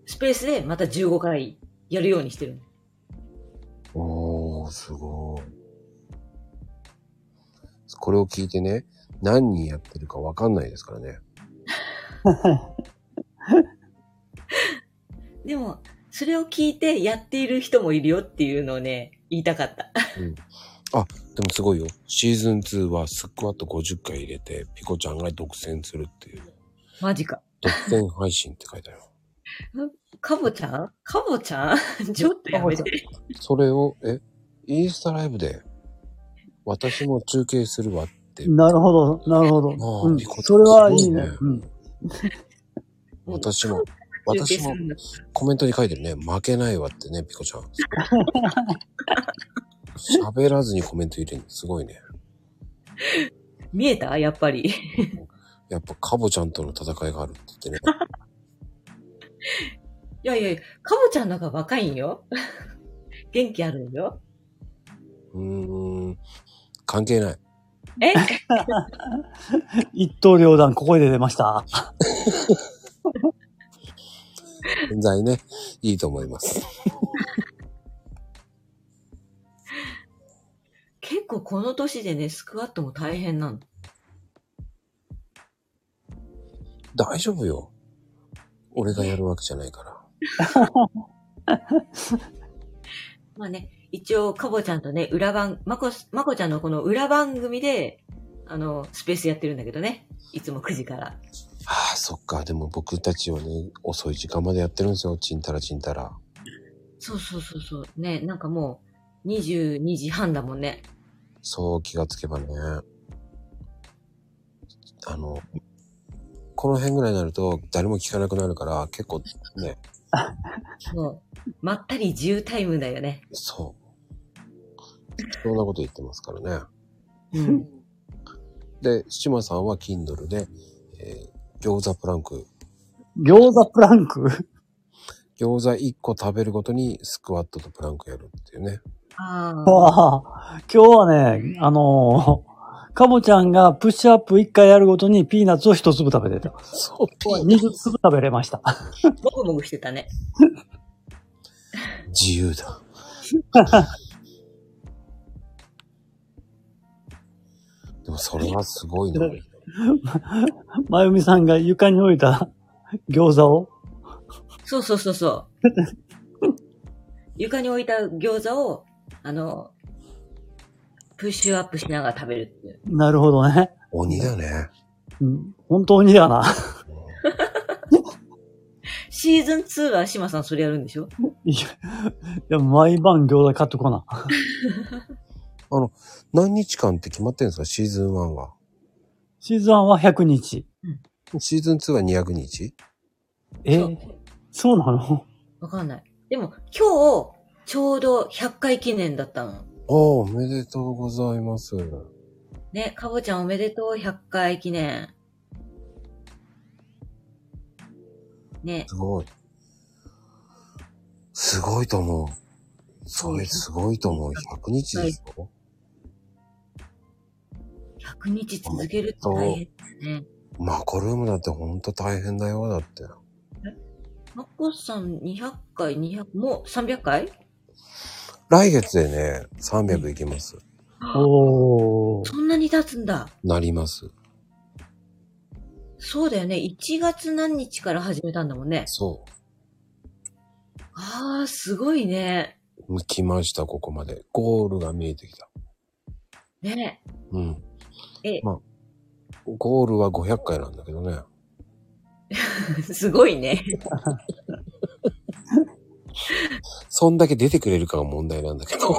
スペースでまた15回やるようにしてるの。おー、すごい。これを聞いてね、何人やってるかわかんないですからね。でも、それを聞いてやっている人もいるよっていうのをね、言いたかった。でもすごいよ。シーズン2はスクワット50回入れて、ピコちゃんが独占するっていう。マジか。独占配信って書いてあるよ。カボちゃんカボちゃん <laughs> ちょっとやめて。それを、え、インスタライブで、私も中継するわって。なるほど、なるほど。あーうんリコちゃんそれはいいね。すうん。私も、中継私すもるんだコメントに書いてるね。負けないわってね、ピコちゃん。喋らずにコメント入れるのすごいね。見えたやっぱり。やっぱカボちゃんとの戦いがあるって言ってね。いやいやいや、カボちゃんの方が若いんよ。 <laughs> 元気あるんよ。うーん、関係ない。え <laughs> 一刀両断、ここで出ました。洗剤ね、いいと思います。結構この年でね、スクワットも大変なの。大丈夫よ。俺がやるわけじゃないから。まあね、一応、かぼちゃんとね、裏番、まこ、まこちゃんのこの裏番組で、あの、スペースやってるんだけどね。いつも9時から。ああ、そっか。でも僕たちはね、遅い時間までやってるんですよ。ちんたらちんたら。そうそうそうそう。ね、なんかもう、22時半だもんね。そう気がつけばね。あの、この辺ぐらいになると誰も聞かなくなるから、結構ね、もう、まったり自由タイムだよね。そう。適当なこと言ってますからね。うん。で、志麻さんは Kindle で、えー餃子プランク。餃子プランク <laughs> 餃子1個食べるごとにスクワットとプランクやるっていうね。ああ。わあ今日はね、あのーかぼちゃんがプッシュアップ1回やるごとにピーナッツを1粒食べてた。そう。 2粒食べれました。 <laughs> もぐもぐしてたね。自由 <laughs> だ。でもそれはすごいな。まゆみさんが床に置いた餃子を。そうそうそうそう。床に置いた餃子を、あの、プッシュアップしながら食べるっていう。なるほどね。鬼だね。うん本当にだな。シーズン2は島さんそれやるんでしょいや、いや毎晩餃子買ってこな。何日間って決まってるんですかシーズン1は。シーズン1は100日。シーズン2は200日えそうそうなのわかんない。でも、今日、ちょうど100回記念だったの。おおめでとうございます。ね、かぼちゃんおめでとう、100回記念。ね、すごい。すごいと思う。それすごいと思う。100日ですよ。 100日続けるって大変ですね。マコルームだってほんと大変だよ。だって。マッコさん200回、200、もう300回来月でね、300いきます。おー。そんなに経つんだ。なります。そうだよね。1月何日から始めたんだもんね。そああ、すごいね。う。来ました、ここまで。ゴールが見えてきた。ね。 <laughs> うん。えまあ、ゴールは500回なんだけどね。すごいね。そんだけ出てくれるかが問題なんだけど。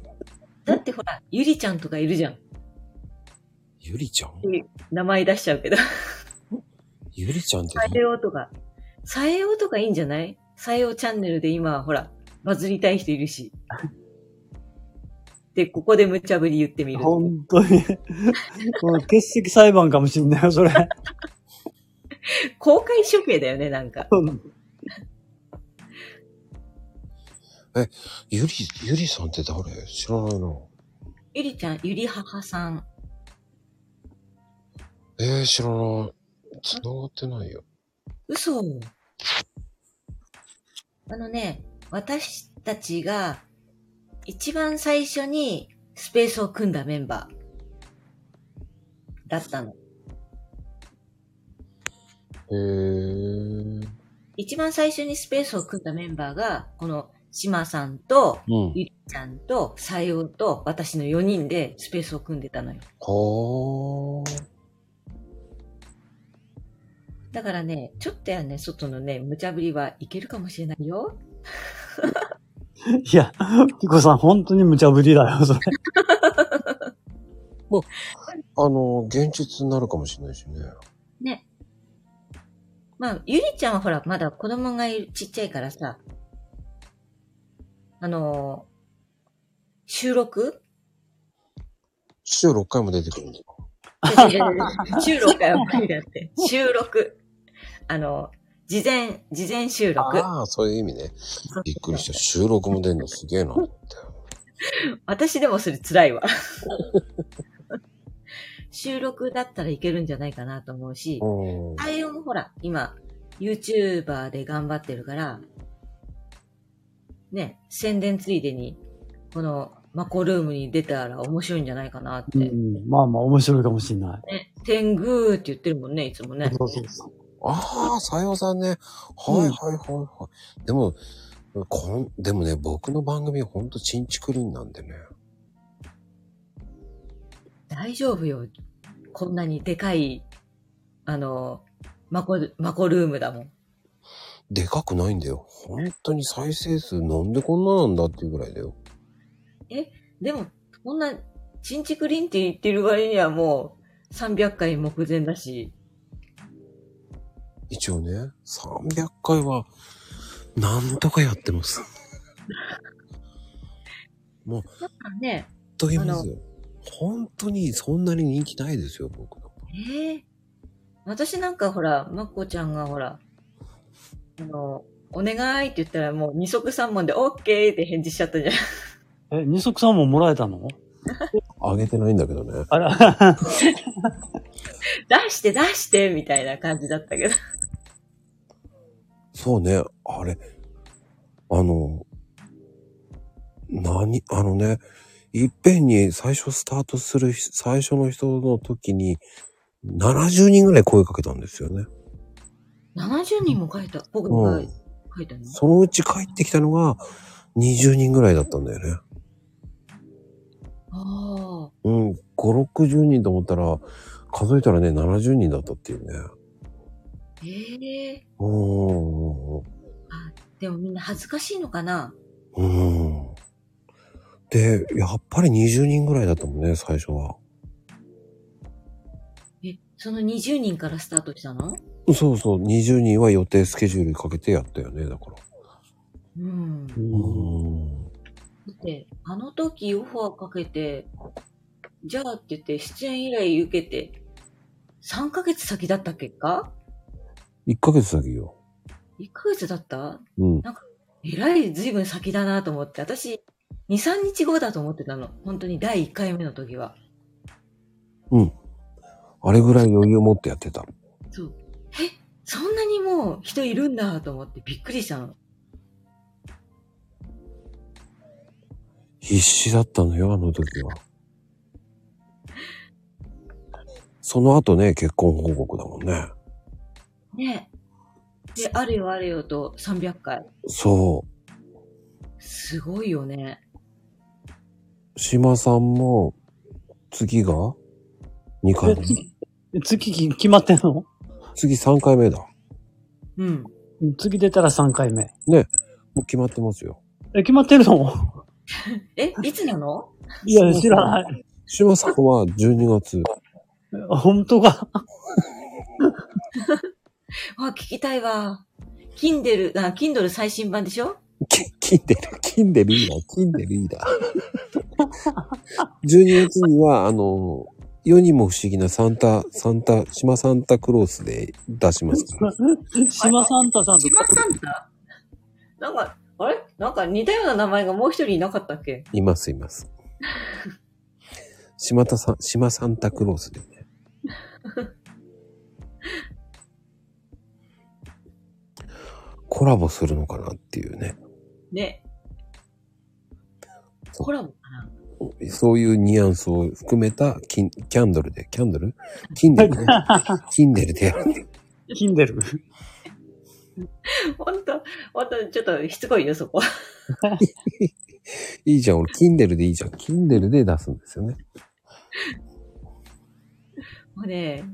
<laughs> だってほら、ゆりちゃんとかいるじゃん。ゆりちゃん名前出しちゃうけど。ゆりちゃんってさえようとか。さえようとかいいんじゃないさえようチャンネルで今、ほら、バズりたい人いるし。で、ここで無茶ぶり言ってみる。本当に。この欠席裁判かもしんないよ、それ。公開処刑だよね、なんか。ゆり、ゆりさんって誰知らないな。ゆりちゃん、ゆり母さん。えー、知らない。繋がってないよ。嘘。あのね、私たちが一番最初にスペースを組んだメンバーだったの。えー。一番最初にスペースを組んだメンバーが、この島さんと、うん。ゆりちゃんと、さようと、私の4人でスペースを組んでたのよ。はー。だからね、ちょっとやね、外のね、無茶ぶりはいけるかもしれないよ。いや、ピコさん、本当に無茶ぶりだよ、それ。あの、現実になるかもしれないしね。ね。まあ、ゆりちゃんはほら、まだ子供がいるちっちゃいからさ、あのー収録週6回も出てくるんだよ。収録かよ、無理だって。収録。あのー事前、事前収録。ああ、そういう意味ね。びっくりした。収録も出んのすげえなと思って。私でもそれ辛いわ。 <laughs> 収録だったらいけるんじゃないかなと思うし、うん。対応もほら、今、 YouTuber で頑張ってるから、ね、宣伝ついでに、このマコルームに出たら面白いんじゃないかなって。うん、まあまあ面白いかもしれない。ね、天狗って言ってるもんね、いつもね。そうそうそう。ああ、さようさんね。はいはいはいはい。でも、こん、でもね、僕の番組ほんとチンチクリンなんでね。大丈夫よ。こんなにでかい、あの、マコ、マコルームだもん。でかくないんだよ。本当に再生数なんでこんななんだっていうぐらいだよ。でも、こんな、チンチクリンって言ってる割にはもう、300回目前だし、一応ね、300回は、なんとかやってます。なんかね、と言いますよ。本当にそんなに人気ないですよ、僕の。ええ私なんかほら、まっこちゃんがほら、あの、お願いって言ったらもう二足三問でオッケーって返事しちゃったじゃん。 <laughs> え、二足さんももらえたの上げてないんだけどね。あら、出して出してみたいな感じだったけ <laughs> ど。そうね、あれ、あの、何、あのね、いっぺんに最初スタートするひ、最初の人の時に、70人ぐらい声かけたんですよね。 70人も書いた。僕うがん。書いたの、そのうち帰ってきたのが、20人ぐらいだったんだよね。ああ。うん、5、60人と思ったら、数えたらね、70人だったっていうね。ええうーん。でもみんな恥ずかしいのかなうん。で、やっぱり20人ぐらいだったもんね、最初は。え、その20人からスタートしたのそうそう、20人は予定スケジュールかけてやったよね、だから。うん。だうんって、あの時オファーかけて、じゃあって言って出演依頼受けて、3ヶ月先だった結果1ヶ月先よ。 ?1 ヶ月だったうん。えらい、ずいぶん先だなと思って、私、2、3日後だと思ってたの。本当に第1回目の時は。うん。あれぐらい余裕を持ってやってた。そう。え、そんなにもう人いるんだと思ってびっくりしたの。必死だったのよ、あの時は。その後ね、結婚報告だもんね。ねえ。で、あれよあれよと300回。そすごいよね。う。島さんも、次が ?2 回目。え次き決まってんの次3回目だ。うん。次出たら3回目。もう決まってますよ。え、決まってるのえ、いつなのいや、知らない。島さんは12月。本当か。あ、聞きたいわ。Kindle、あ、Kindle 最新版でしょき金でる、金でるいいな、金でるいいな。12月には、あの、世にも不思議なサンタ、サンタ、島サンタクロースで出します <laughs> から。島サンタさんと島サンタなんか、あれなんか似たような名前がもう一人いなかったっけいます、います。島田さん、島サンタクロースでね。コラボするのかなっていうね。ね。そうコラボかなそういうニュアンスを含めたキン、キャンドルで、キャンドルキンデルね。キンデルでやる。キン <laughs> デル。本当本当ちょっとしつこいよ、そこ。いいじゃん、俺、Kindle でいいじゃん。Kindle で出すんですよね。もうね、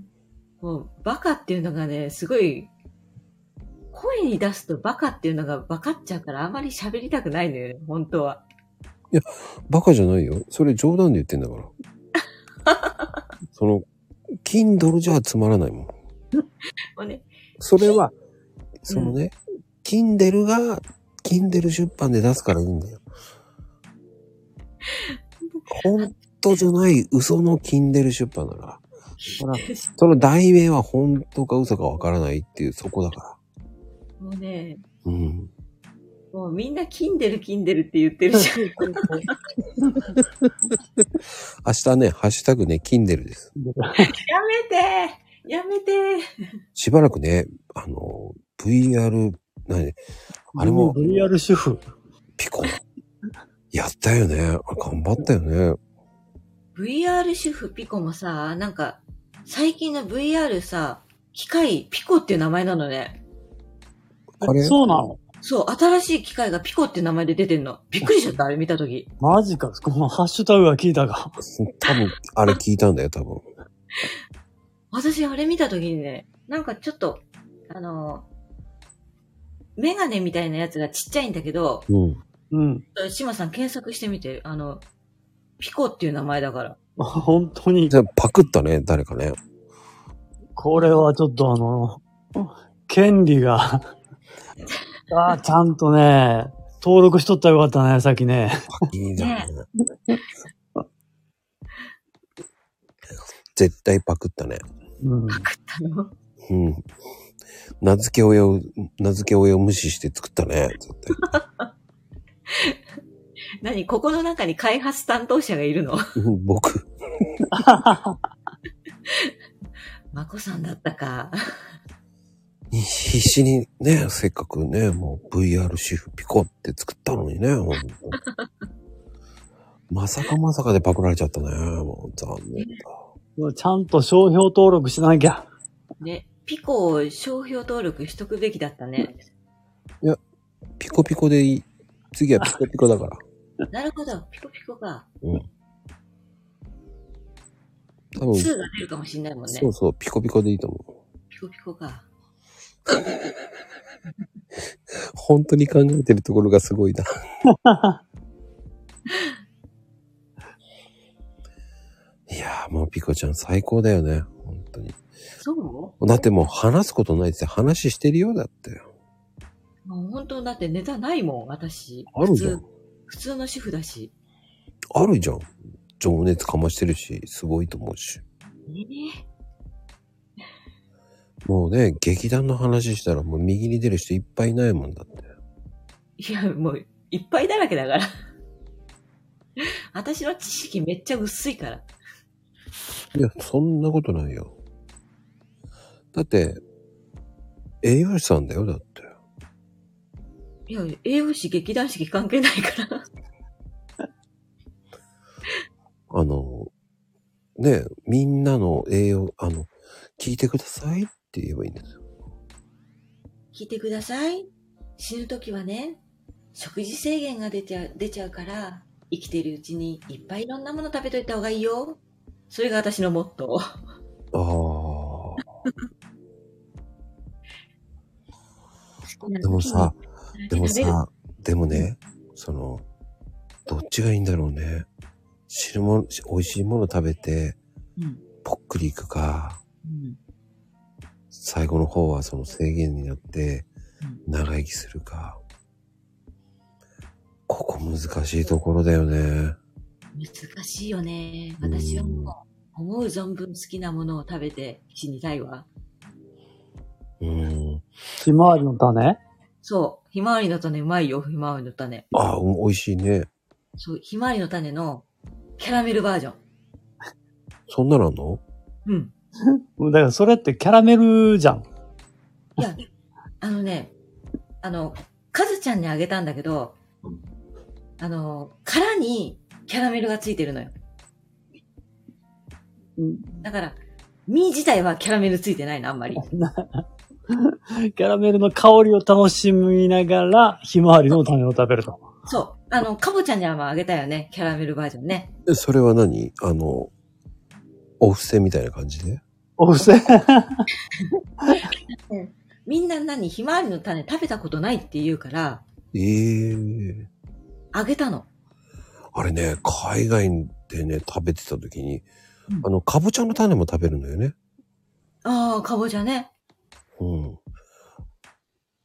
もう、バカっていうのがね、すごい、声に出すとバカっていうのが分かっちゃうから、あまり喋りたくないのよね、本当は。バカじゃないよ。それ冗談で言ってんだから。その、Kindle じゃつまらないもん。もうね、それは、そのね、Kindle が、Kindle 出版で出すからいいんだよ。本当じゃない嘘の Kindle 出版だから。ほら、その題名は本当か嘘かわからないっていう、そこだかもうね、ら。うん。もうみんな、キンデル、キンデルって言ってるじゃん。明日ね、ハッシュタグね、Kindle です。やめてやめてしばらくね、あの、 VR、何あれも VR 主婦。ピコ。やったよね。あれ頑張ったよね。 VR 主婦ピコもさ、なんか、最近の VR さ、機械、ピコっていう名前なのね。あれそうなのそう、新しい機械がピコっていう名前で出てんの。びっくりしちゃった、あれ見たとき。マジか。このハッシュタグは聞いたが。多分、あれ聞いたんだよ、多分。私、あれ見たときにね、なんかちょっと、あの、メガネみたいなやつがちっちゃいんだけど、うん。うん。シマさん検索してみて、あの、ピコっていう名前だから。本当にじ、ゃあパクったね、誰かね。これはちょっとあの、権利 <laughs> が、ああ、ちゃんとね、登録しとったらよかったね、さっきね。いいな、絶対パクったね。うん。あの、うん。名付け親を、名付け親を無視して作ったね。絶対 <laughs> 何ここの中に開発担当者がいるのうん僕、マコさんだったか。必死にね、せっかくね、もう VR 主婦ピコって作ったのにね、ほんと <laughs> まさかまさかでパクられちゃったね。もう残念だ。ちゃんと商標登録しなきゃ。ね、ピコを商標登録しとくべきだったね。ピコピコでいい。次はピコピコだから。なるほど、ピコピコか。多分、 2が出るかもしれないもんねそ。うそう、ピコピコでいいと思う。ピコピコか。本当に考えてるところがすごいな。いやーもうピコちゃん最高だよね。本当に。そうだってもう話すことないって話してるようだって。もう本当だってネタないもん、私。あるじゃ普ん通。普通の主婦だし。あるじゃん。情熱かましてるし、すごいと思うし。えもうね、劇団の話したらもう右に出る人いっぱいいないもんだって。いや、もう、いっぱいだらけだから。私の知識めっちゃ薄いから。いや、そんなことないよ。だって、栄養士さんだよ、だって。いや、栄養士、劇団式関係ないから。あの、ね、みんなの栄養、あの、聞いてくださいって言えばいいんですよ。聞いてください。死ぬ時はね、食事制限が出ちゃう、出ちゃうから、生きてるうちにいっぱいいろんなもの食べといた方がいいよ。それが私のモットー。あ好きなあ。でもさ、時にでも食べる、さ、でもね、その、どっちがいいんだろうね。汁も、美味しいもの食べて、うんぽっくりいくか、うん最後の方はその制限になってう、長生きするか。ここ難しいところだよね。難しいよね。私はもう、思う存分好きなものを食べて死にたいわ。うん。ひまわりの種そう、ひまわりの種うまいよ、ひまわりの種。ああ、うん美味しいね。そう、ひまわりの種のキャラメルバージョン。そんなのあんのうん。だからそれってキャラメルじゃん。いや、あのね、あの、カズちゃんにあげたんだけど、あの、殻にキャラメルがついてるのよ。だから、身自体はキャラメルついてないの、あんまり。キャラメルの香りを楽しみながら、ひまわりの種を食べると。そう。あの、カボちゃんにはあげたよね、キャラメルバージョンね。えそれは何あの、お布施みたいな感じでお布施みんな何、ひまわりの種食べたことないって言うから、ええあげたの。あれね、海外でね、食べてた時にうん、あの、かぼちゃの種も食べるのよね。ああ、かぼちゃね。うん。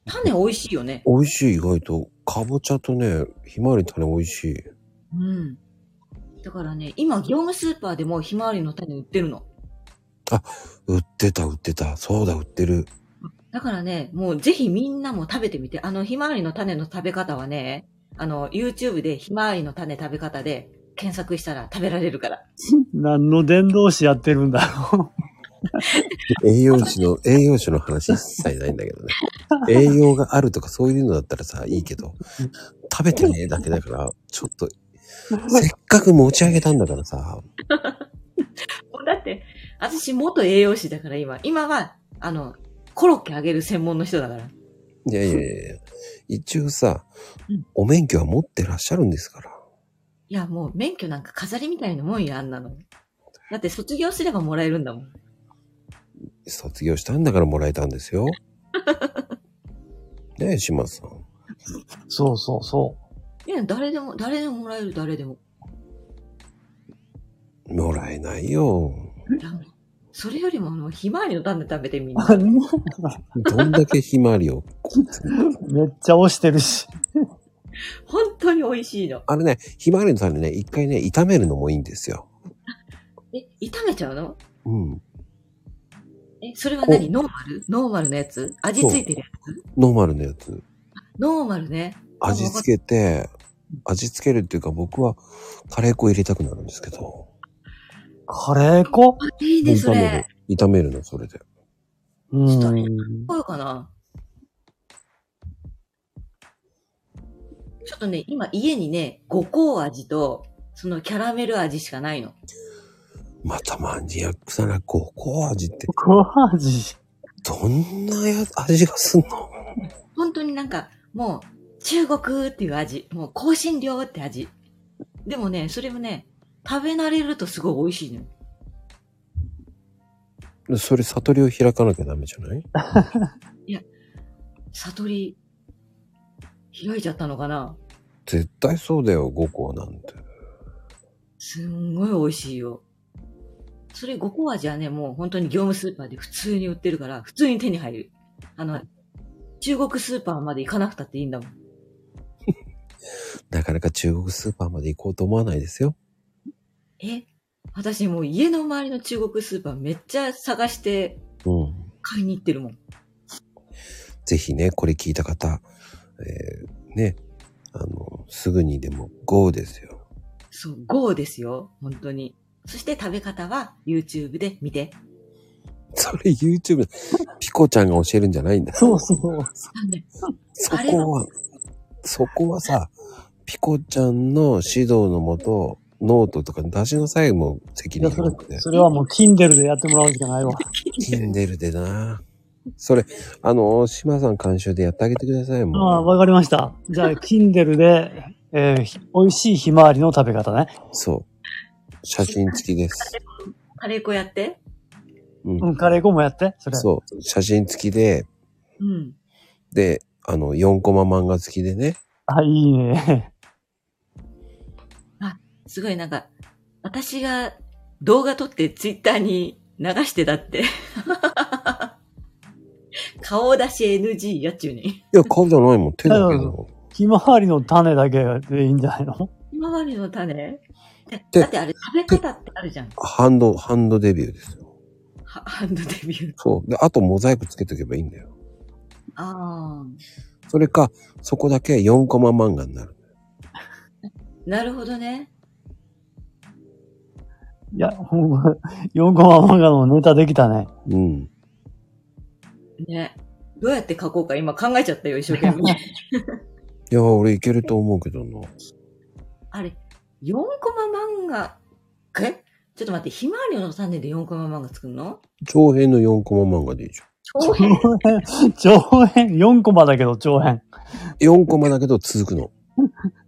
種美味しいよね。美味しい、意外と。かぼちゃとね、ひまわりの種美味しい。うん。だからね、今、業務スーパーでもひまわりの種売ってるの。売ってた、売ってた。そうだ、売ってる。だからね、もうぜひみんなも食べてみて、あの、ひまわりの種の食べ方はね、あの、YouTube でひまわりの種食べ方で検索したら食べられるから。何の伝道師やってるんだろ栄養士 <laughs> の、栄養士の話一切ないんだけどね。栄養があるとかそういうのだったらさ、いいけど、食べてねえだけだから、ちょっ <laughs> と、せっかく持ち上げたんだからさ、だって、私元栄養士だから今、今は、あの、コロッケあげる専門の人だから。いやいやいやいや一応さうん、お免許は持ってらっしゃるんですから。いや、もう免許なんか飾りみたいなもんや、あんなの。だって卒業すればもらえるんだもん。卒業したんだからもらえたんです <laughs> よ。ねえ、島津さん。そうそうそいや、誰でも、誰でももらえる、誰でも。もらえないよ。いやそれよりも、あの、ひまわりの種食べてみんな。う。どんだけひまわりを。 <laughs> <laughs> めっちゃ押してるし。本当に美味しいの。あれね、ひまわりの種ね、一回ね、炒めるのもいいんですよ。え、炒めちゃうのうん。え、それは何ノーマルノーマルのやつ味ついてるやノーマルのやつ。つノーマルね。味付けて、味付けるっていうか僕はカレー粉入れたくなるんですけど。カレー粉あいいね、そ炒れめ。る。炒めるの、それで。うしたねん。こうかな。ちょっとね、今家にね、五香味と、そのキャラメル味しかないの。またマニアックさな、ごこ味って、ご味。どんなや味がすんの本当になんか、もう、中国っていう味。もう、香辛料って味。でもね、それもね、食べ慣れるとすごい美味しいのよ。それ悟りを開かなきゃダメじゃない悟り、開いちゃったのかな絶対そうだよ、五香なんて。すんごい美味しいよ。それ五香味はね、もう本当に業務スーパーで普通に売ってるから、普通に手に入る。あの、中国スーパーまで行かなくたっていいんだもん。なかなか中国スーパーまで行こうと思わないですよ。え私もう家の周りの中国スーパーめっちゃ探してうん。買いに行ってるもん。ぜひね、これ聞いた方、えー、ね、あの、すぐにでも GO ですよ。そう、GO ですよ。本当に。そして食べ方は YouTube で見て。それ YouTube、ピコちゃんが教えるんじゃないんだ。そうそう。なんでそこは、そこはさ、ピコちゃんの指導のもと、ノートとか出しの際も責いや、任そがなくてれ、。それはもう Kindle でやってもらうしかないわ。キンデルでな。それ、あの、島さん監修でやってあげてください、あもあ、わかりました。じ <laughs> ゃあ、Kindle で、えーひ美味しいひまわりの食べ方ね。う。そう。写真付きです。カレー粉やってう。うんん、カレー粉もやって、それ。そう。写真付きで、うん。で、あの、4コマ漫画付きでね。あ、いいね。すごいなんか、私が動画撮ってツイッターに流してたって。顔出し NG やっちゅうに。いや、顔じゃないもん。手だけうだんもひまわりの種だけでいいんじゃないのひまわりの種えでだってあれ食べ方ってあるじゃん。ん。ハンド、ハンドデビューですよ。はハンドデビュー。そう。で、あとモザイクつけとけばいいんだよ。ああ。それか、そこだけ4コマ漫画になる。なるほどね。いや、ほんま、4コマ漫画のネタできたね。うん。ね。どうやって書こうか今考えちゃったよ、一生懸命。いや、俺いけると思うけどな。 <laughs> あれ、4コマ漫画、えちょっと待って、ひまわりの種で4コマ漫画作るの長編の4コマ漫画でいいじゃん。長編長編、長編、4コマだけど長編。 4コマだけど続くの。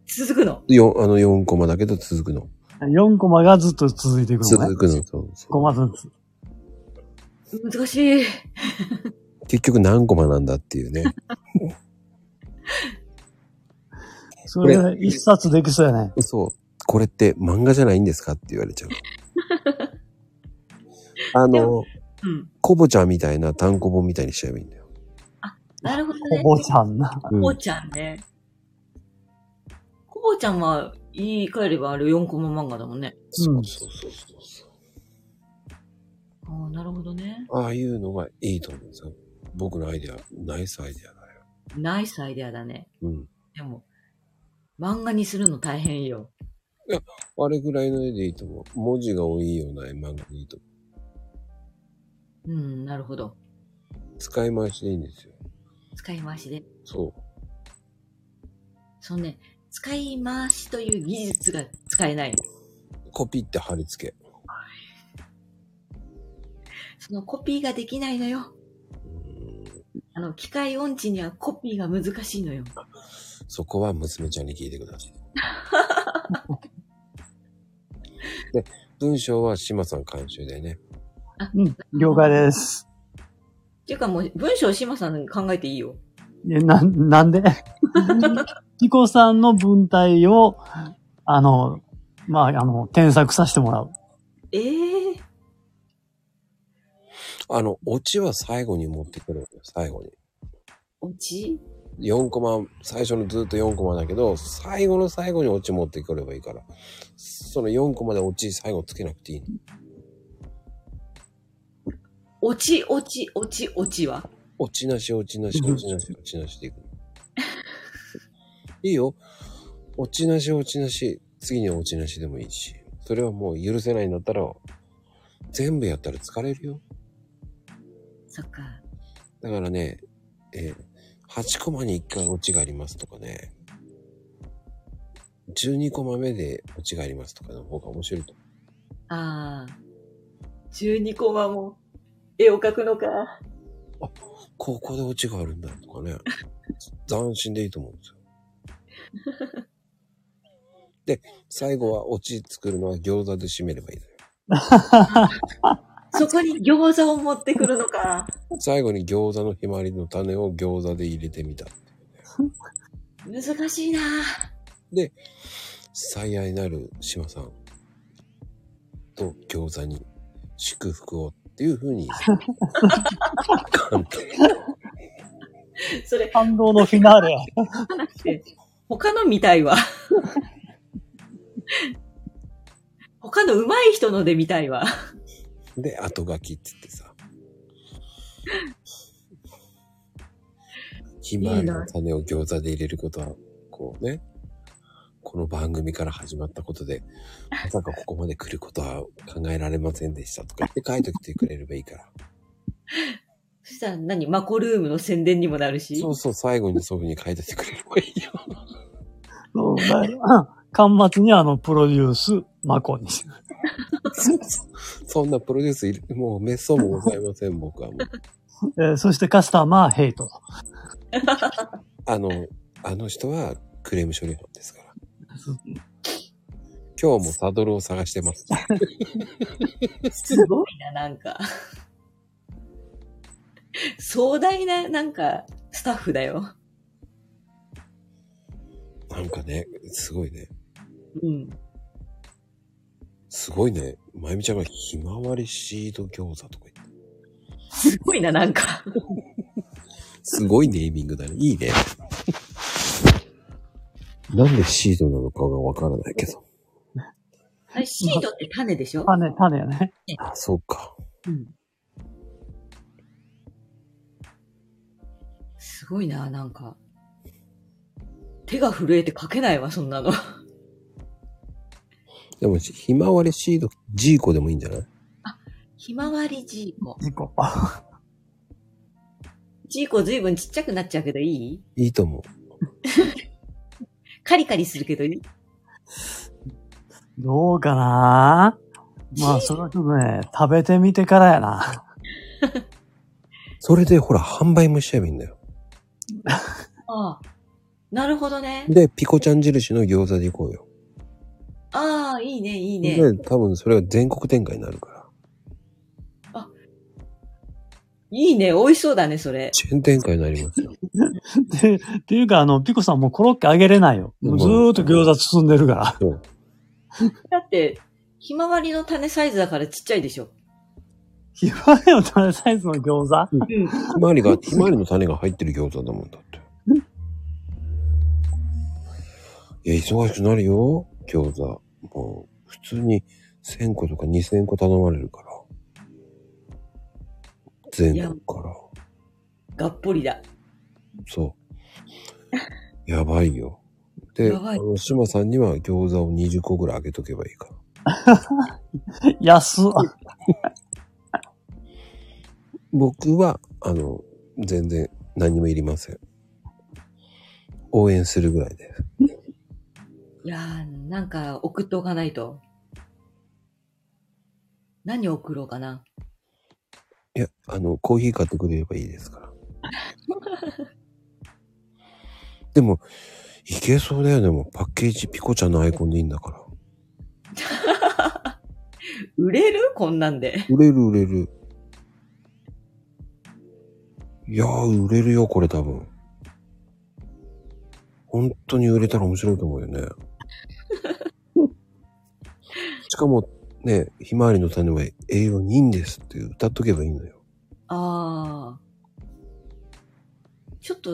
<laughs> 続くの。よあの4コマだけど続くの。 4コマがずっと続いていくのね続。くの。そう5コそマずつ。難しい。う結局何コマなんだっていうね。それ1冊できそうやね。そう。これって漫画じゃないんですかって言われちゃう。あの、うん。コボちゃんみたいな単行本みたいにしちゃえばいいんだよ。なるほどね。お坊ちゃんな。うんこうちゃんね。こぼちゃんは、言い換えればあれ4コマ漫画だもんね。そうそうそうそうそああ、なるほどね。う。ああいうのがいいと思うんですよ。僕のアイデア、ナイスアイデアだよ。ナイスアイデアだね。うん。でも、漫画にするの大変よ。あれぐらいの絵でいいと思う。文字が多いような絵漫画でいいと思うん、なるほど。使い回しでいいんですよ。使い回しで。そそのね、使い回しという技術が使えない。う。コピって貼り付け。そのコピーができないのよ。うんあの、機械音痴にはコピーが難しいのよ。そこは娘ちゃんに聞いてください。で、文章は島さん監修でね。うん、了解です。っていうかもう、文章島さん考えていいよ。え、な、なんでピコさんの文体を、あの、まあ、あの、添削させてもらう。 <laughs> ええあの、オチは最後に持ってくるんです最後に。落ち4コマ、最初のずっと4コマだけど、最後の最後にオチ持ってくればいいから。その4コマでオチ最後つけなくていいの。落ち、落ち、落ち、落ちはオチなし、オチなし、うんオチなし、オチなしでいくの。いいよ。オチなし、オチなし、次にはオチなしでもいいし。それはもう許せないんだったら、全部やったら疲れるよ。そっか。だからね、えー8コマに1回オチがありますとかね、12コマ目でオチがありますとかの方が面白いと。ああ。12コマも、絵を描くのか。ここでオチがあるんだとかね、斬新でいいと思うんですよ。で、最後はオチ作るのは餃子で締めればいいのよ。そこに餃子を持ってくるのか。最後に餃子のひまわりの種を餃子で入れてみた。 <laughs> 難しいな最愛なる島さんと餃子に祝福をっていう風に。 <laughs> それ、感動のフィナーレ。他の見た <laughs> いわ。他の上手い人ので見たいわ。で、後書きって言ってさ。ひまわりの種を餃子で入れることは、こうね、この番組から始まったことで、まさかここまで来ることは考えられませんでしたとか言って書いときてくれればいいから。そしたら何マコルームの宣伝にもなるし。そうそう、最後にそういう風に書いといてくれればいいよ。うん端末にあの、プロデュース、マコに。そんなプロデュースいる、もう滅相もございません、僕はもう。えーそしてカスタマー、ヘイト。あの、あの人はクレーム処理班ですから。今日もサドルを探してます。すごいな、なんか。壮大な、なんか、スタッフだよ。なんかね、すごいね。うん。すごいね。まゆみちゃんがひまわりシード餃子とか言って。すごいな、なんか。すごいネーミングだね。いいね。なんでシードなのかがわからないけど。あれ、シートって種でしょ種、種やね。あ、そうか。うん。すごいな、なんか。手が震えて書けないわ、そんなの。でも、ひまわりシード、ジーコでもいいんじゃない <laughs> ひまわりジーコ。事故。ジーコずいぶんちっちゃくなっちゃうけどいいいいと思う。カリカリするけどいいどうかなまあ、それはちょっとね、食べてみてからやな。 <laughs> それで、ほら、販売もしちゃえばいいんだよ。ああ。なるほどね。で、ピコちゃん印の餃子でいこうよ。ああ、いいね、いいね。で、多分それは全国展開になるから。いいね、美味しそうだね、それ。チェーン展開になりますよ。で、っていうか、あの、ピコさんもうコロッケあげれないよ。うもんうずーっと餃子包んでるから。 <laughs> そうだって、ひまわりの種サイズだからちっちゃいでしょ。ひまわりの種サイズの餃子うん。ひまわりが、ひまわりの種が入ってる餃子だもんだって。いや、忙しくなるよ、餃子。もう、普通に1000個とか2000個頼まれるから。全国から。がっぽりだ。 <laughs> そう。やばいよ。で、やあばいの、島さんには餃子を20個ぐらいあげとけばいいから。安っ。僕は、あの、全然何もいりません。応援するぐらいで。いやー、なんか送っておかないと。何を送ろうかな。いや、あの、コーヒー買ってくれればいいですから。でも、いけそうだよね。もうパッケージピコちゃんのアイコンでいいんだから。売れるこんなんで。売れる売れる。いやー、売れるよ、これ多分。本当に売れたら面白いと思うよね。しかも、ね、ひまわりの種は栄養にいいんですって歌っとけばいいのよ。あー。ちょっと、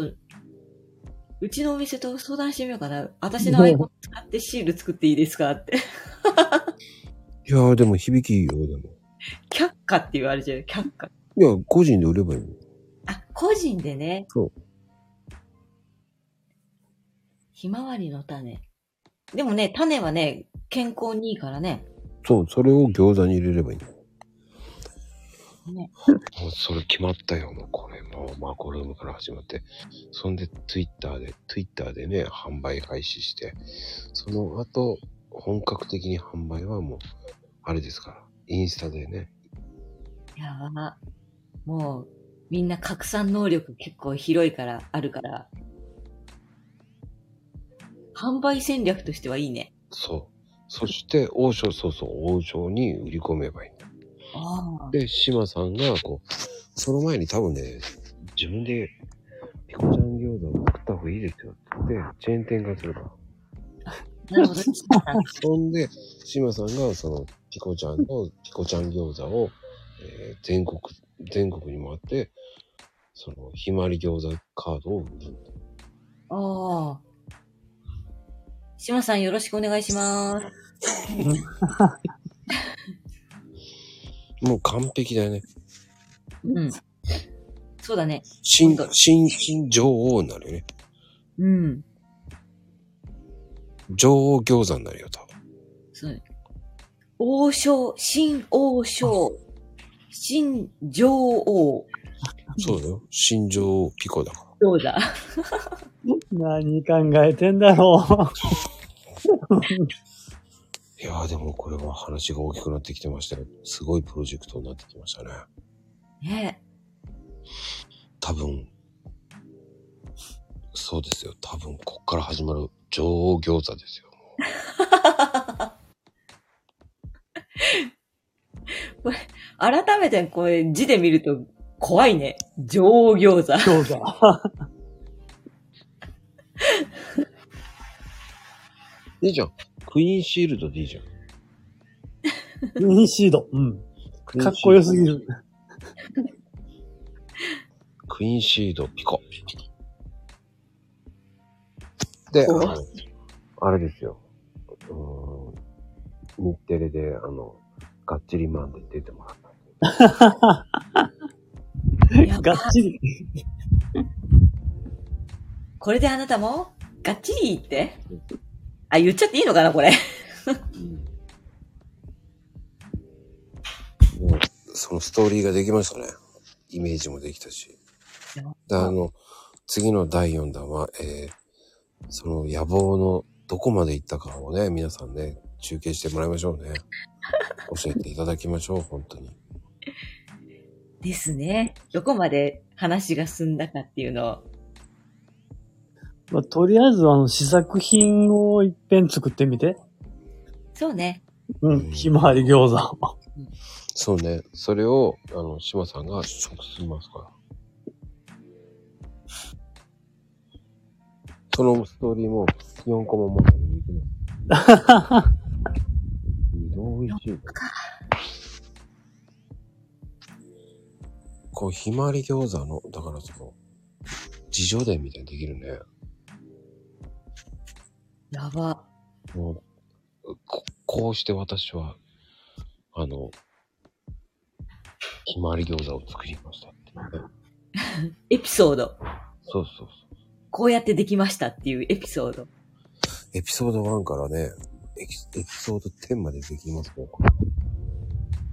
うちのお店と相談してみようかな。私のアイコン使ってシール作っていいですかって。 <laughs> いやー、でも響きいいよ、でも。却下って言われちゃう。却下。いや、個人で売ればいいの。あ、個人でね。そう。ひまわりの種。でもね、種はね、健康にいいからね。そう、それを餃子に入れればいいの。ねもうそれ決まったよ、もうこれ、もうマコルームから始まって、そんでツイッターで、ツイッターでね、販売開始して、その後、本格的に販売はもう、あれですから、インスタでね、やば。もう、みんな拡散能力結構広いから、あるから。販売戦略としてはいいね。そう。そして、王将、そうそう、王将に売り込めばいいんだ。ああ。で、島さんが、こう、その前に多分ね、自分で、ピコちゃん餃子を作った方がいいですよって言って、チェーン展開するから。なるほど。そんで、志麻さんが、その、ピコちゃんの、ピコちゃん餃子を、えー全国、全国に回って、その、ひまわり餃子カードを売る。ああ。島さんよろしくお願いします。もう完璧だよね。うん。そうだね。新、新、新女王になるよね。うん。女王餃子になるよ、多分。そう。王将、新王将、新女王、そうだよ。新女王ピコだから。どうだ何考えてんだろいやーでもこれは話が大きくなってきてましたよ。すごいプロジェクトになってきましたね。ね多分、そうですよ。多分、こっから始まる女王餃子ですよ。改めてこれ字で見ると怖いね。女王餃子 <laughs> う。。どうだ。いいじゃん。クイーンシールドでいいじゃん。ミニシード。うん。クイーンシールドかっこよすぎ。る。クイーンシールドピコ。で、あおの、あれですよ。うーん。日テレで、あの、がっちりマンで出てもらった。やがっちり。 <laughs> これであなたも、がっちり言って。あ、言っちゃっていいのかな、これ。もう、そのストーリーができましたね。イメージもできたし。であの、次の第4弾は、えー、その野望のどこまで行ったかをね、皆さんね、中継してもらいましょうね。教えていただきましょう、本当に。ですね。どこまで話が進んだかっていうのを。まあ、とりあえず、あの、試作品を一遍作ってみて。そうね。ううんん。ひまわり餃子。そうね。それを、あの、島さんが直しますから。そのストーリーも4個も持っていきます。どういしいこう、ひまわり餃子の、だからその、自助伝みたいにできるね。やば。もう、ここうして私は、あの、ひまわり餃子を作りましたっていうね。エピソード。そうそうそう。こうやってできましたっていうエピソード。エピソード1からね、エピエピソード10までできますね。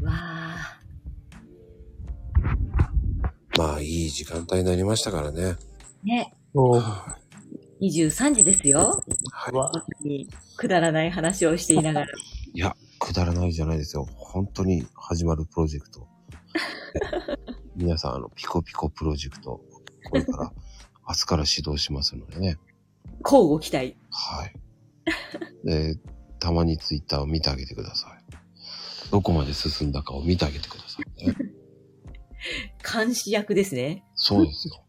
わあ。まあ、いい時間帯になりましたからね。ね。そう。 23時ですよ。はうわくだらない話をしていながら。い。いや、くだらないじゃないですよ。本当に始まるプロジェク <laughs> ト。皆さん、あの、ピコピコプロジェクト、これから、明日から始動しますのでね。交互期待。はい。で、たまにツイッターを見てあげてください。どこまで進んだかを見てあげてくださいね。監視役ですね。そうですよ。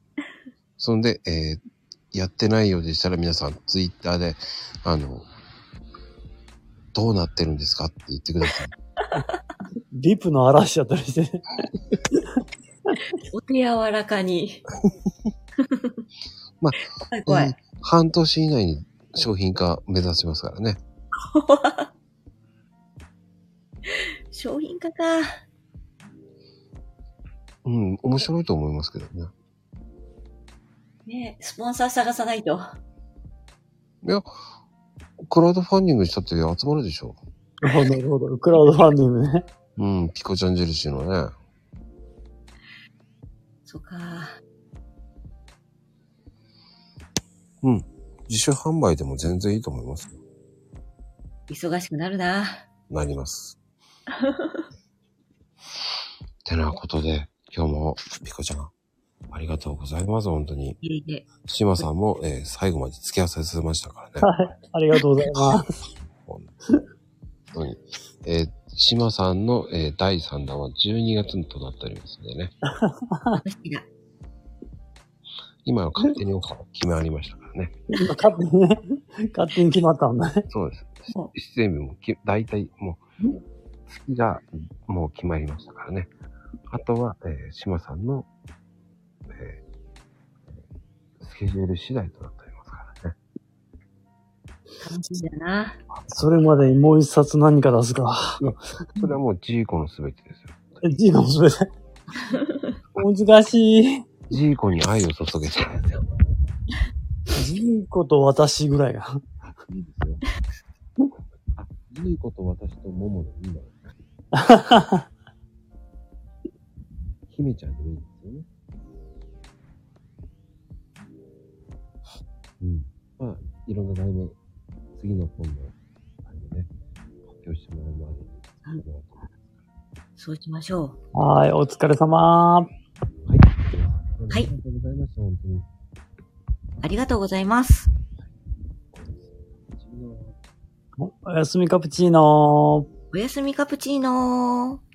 そんで、えーやってないようでしたら皆さん、ツイッターで、あの、どうなってるんですかって言ってください。リプの嵐やったりして。お手柔らかに。 <laughs> ま怖い怖うんい。半年以内に商品化目指しますからね。商品化か。うん、面白いと思いますけどね。ねスポンサー探さないと。いや、クラウドファンディングしたって集まるでしょ。なるほ <laughs> ど。クラウドファンディングね。うん、ピコちゃん印のね。そうか。自主販売でも全然いいと思いますよ。忙しくなるな。なります。てなことで、今日もピコちゃん、ありがとうございます、本当に。入れて。シマさんも、えー最後まで付き合わせましたからね。はい。ありがとうございます。本当に。えー、シマさんの、えー第3弾は12月となっておりますのでね。私だ。今は勝手にオファー決まりましたからね。今勝手にね、勝手に決まったんだね。そうですそ。出演日もき、大体もう、月がもう決まりましたからね。あとは、えー、シマさんの、えースケジュール次第となっておりますからね。楽しみだな。それまでにもう一冊何か出すか。それはもうジーコのすべてですよ。字が面白い。難しい。ジーコに愛を注げてるんですよ。ジーコと私ぐらいが。いいですよ。ジーコと私とモモでいいんだよ。姫ちゃんでもいいんですよね。うん。まあ、いろんな題名、次の本の、あれね、発表してもらうまでに作ってもらうと思います。そうしましょう。 <laughs> はい、お疲れ様。はい。でははいありがとうございました、本当に。ありがとうございます。うちのおやすみカプチーノおやすみカプチーノー。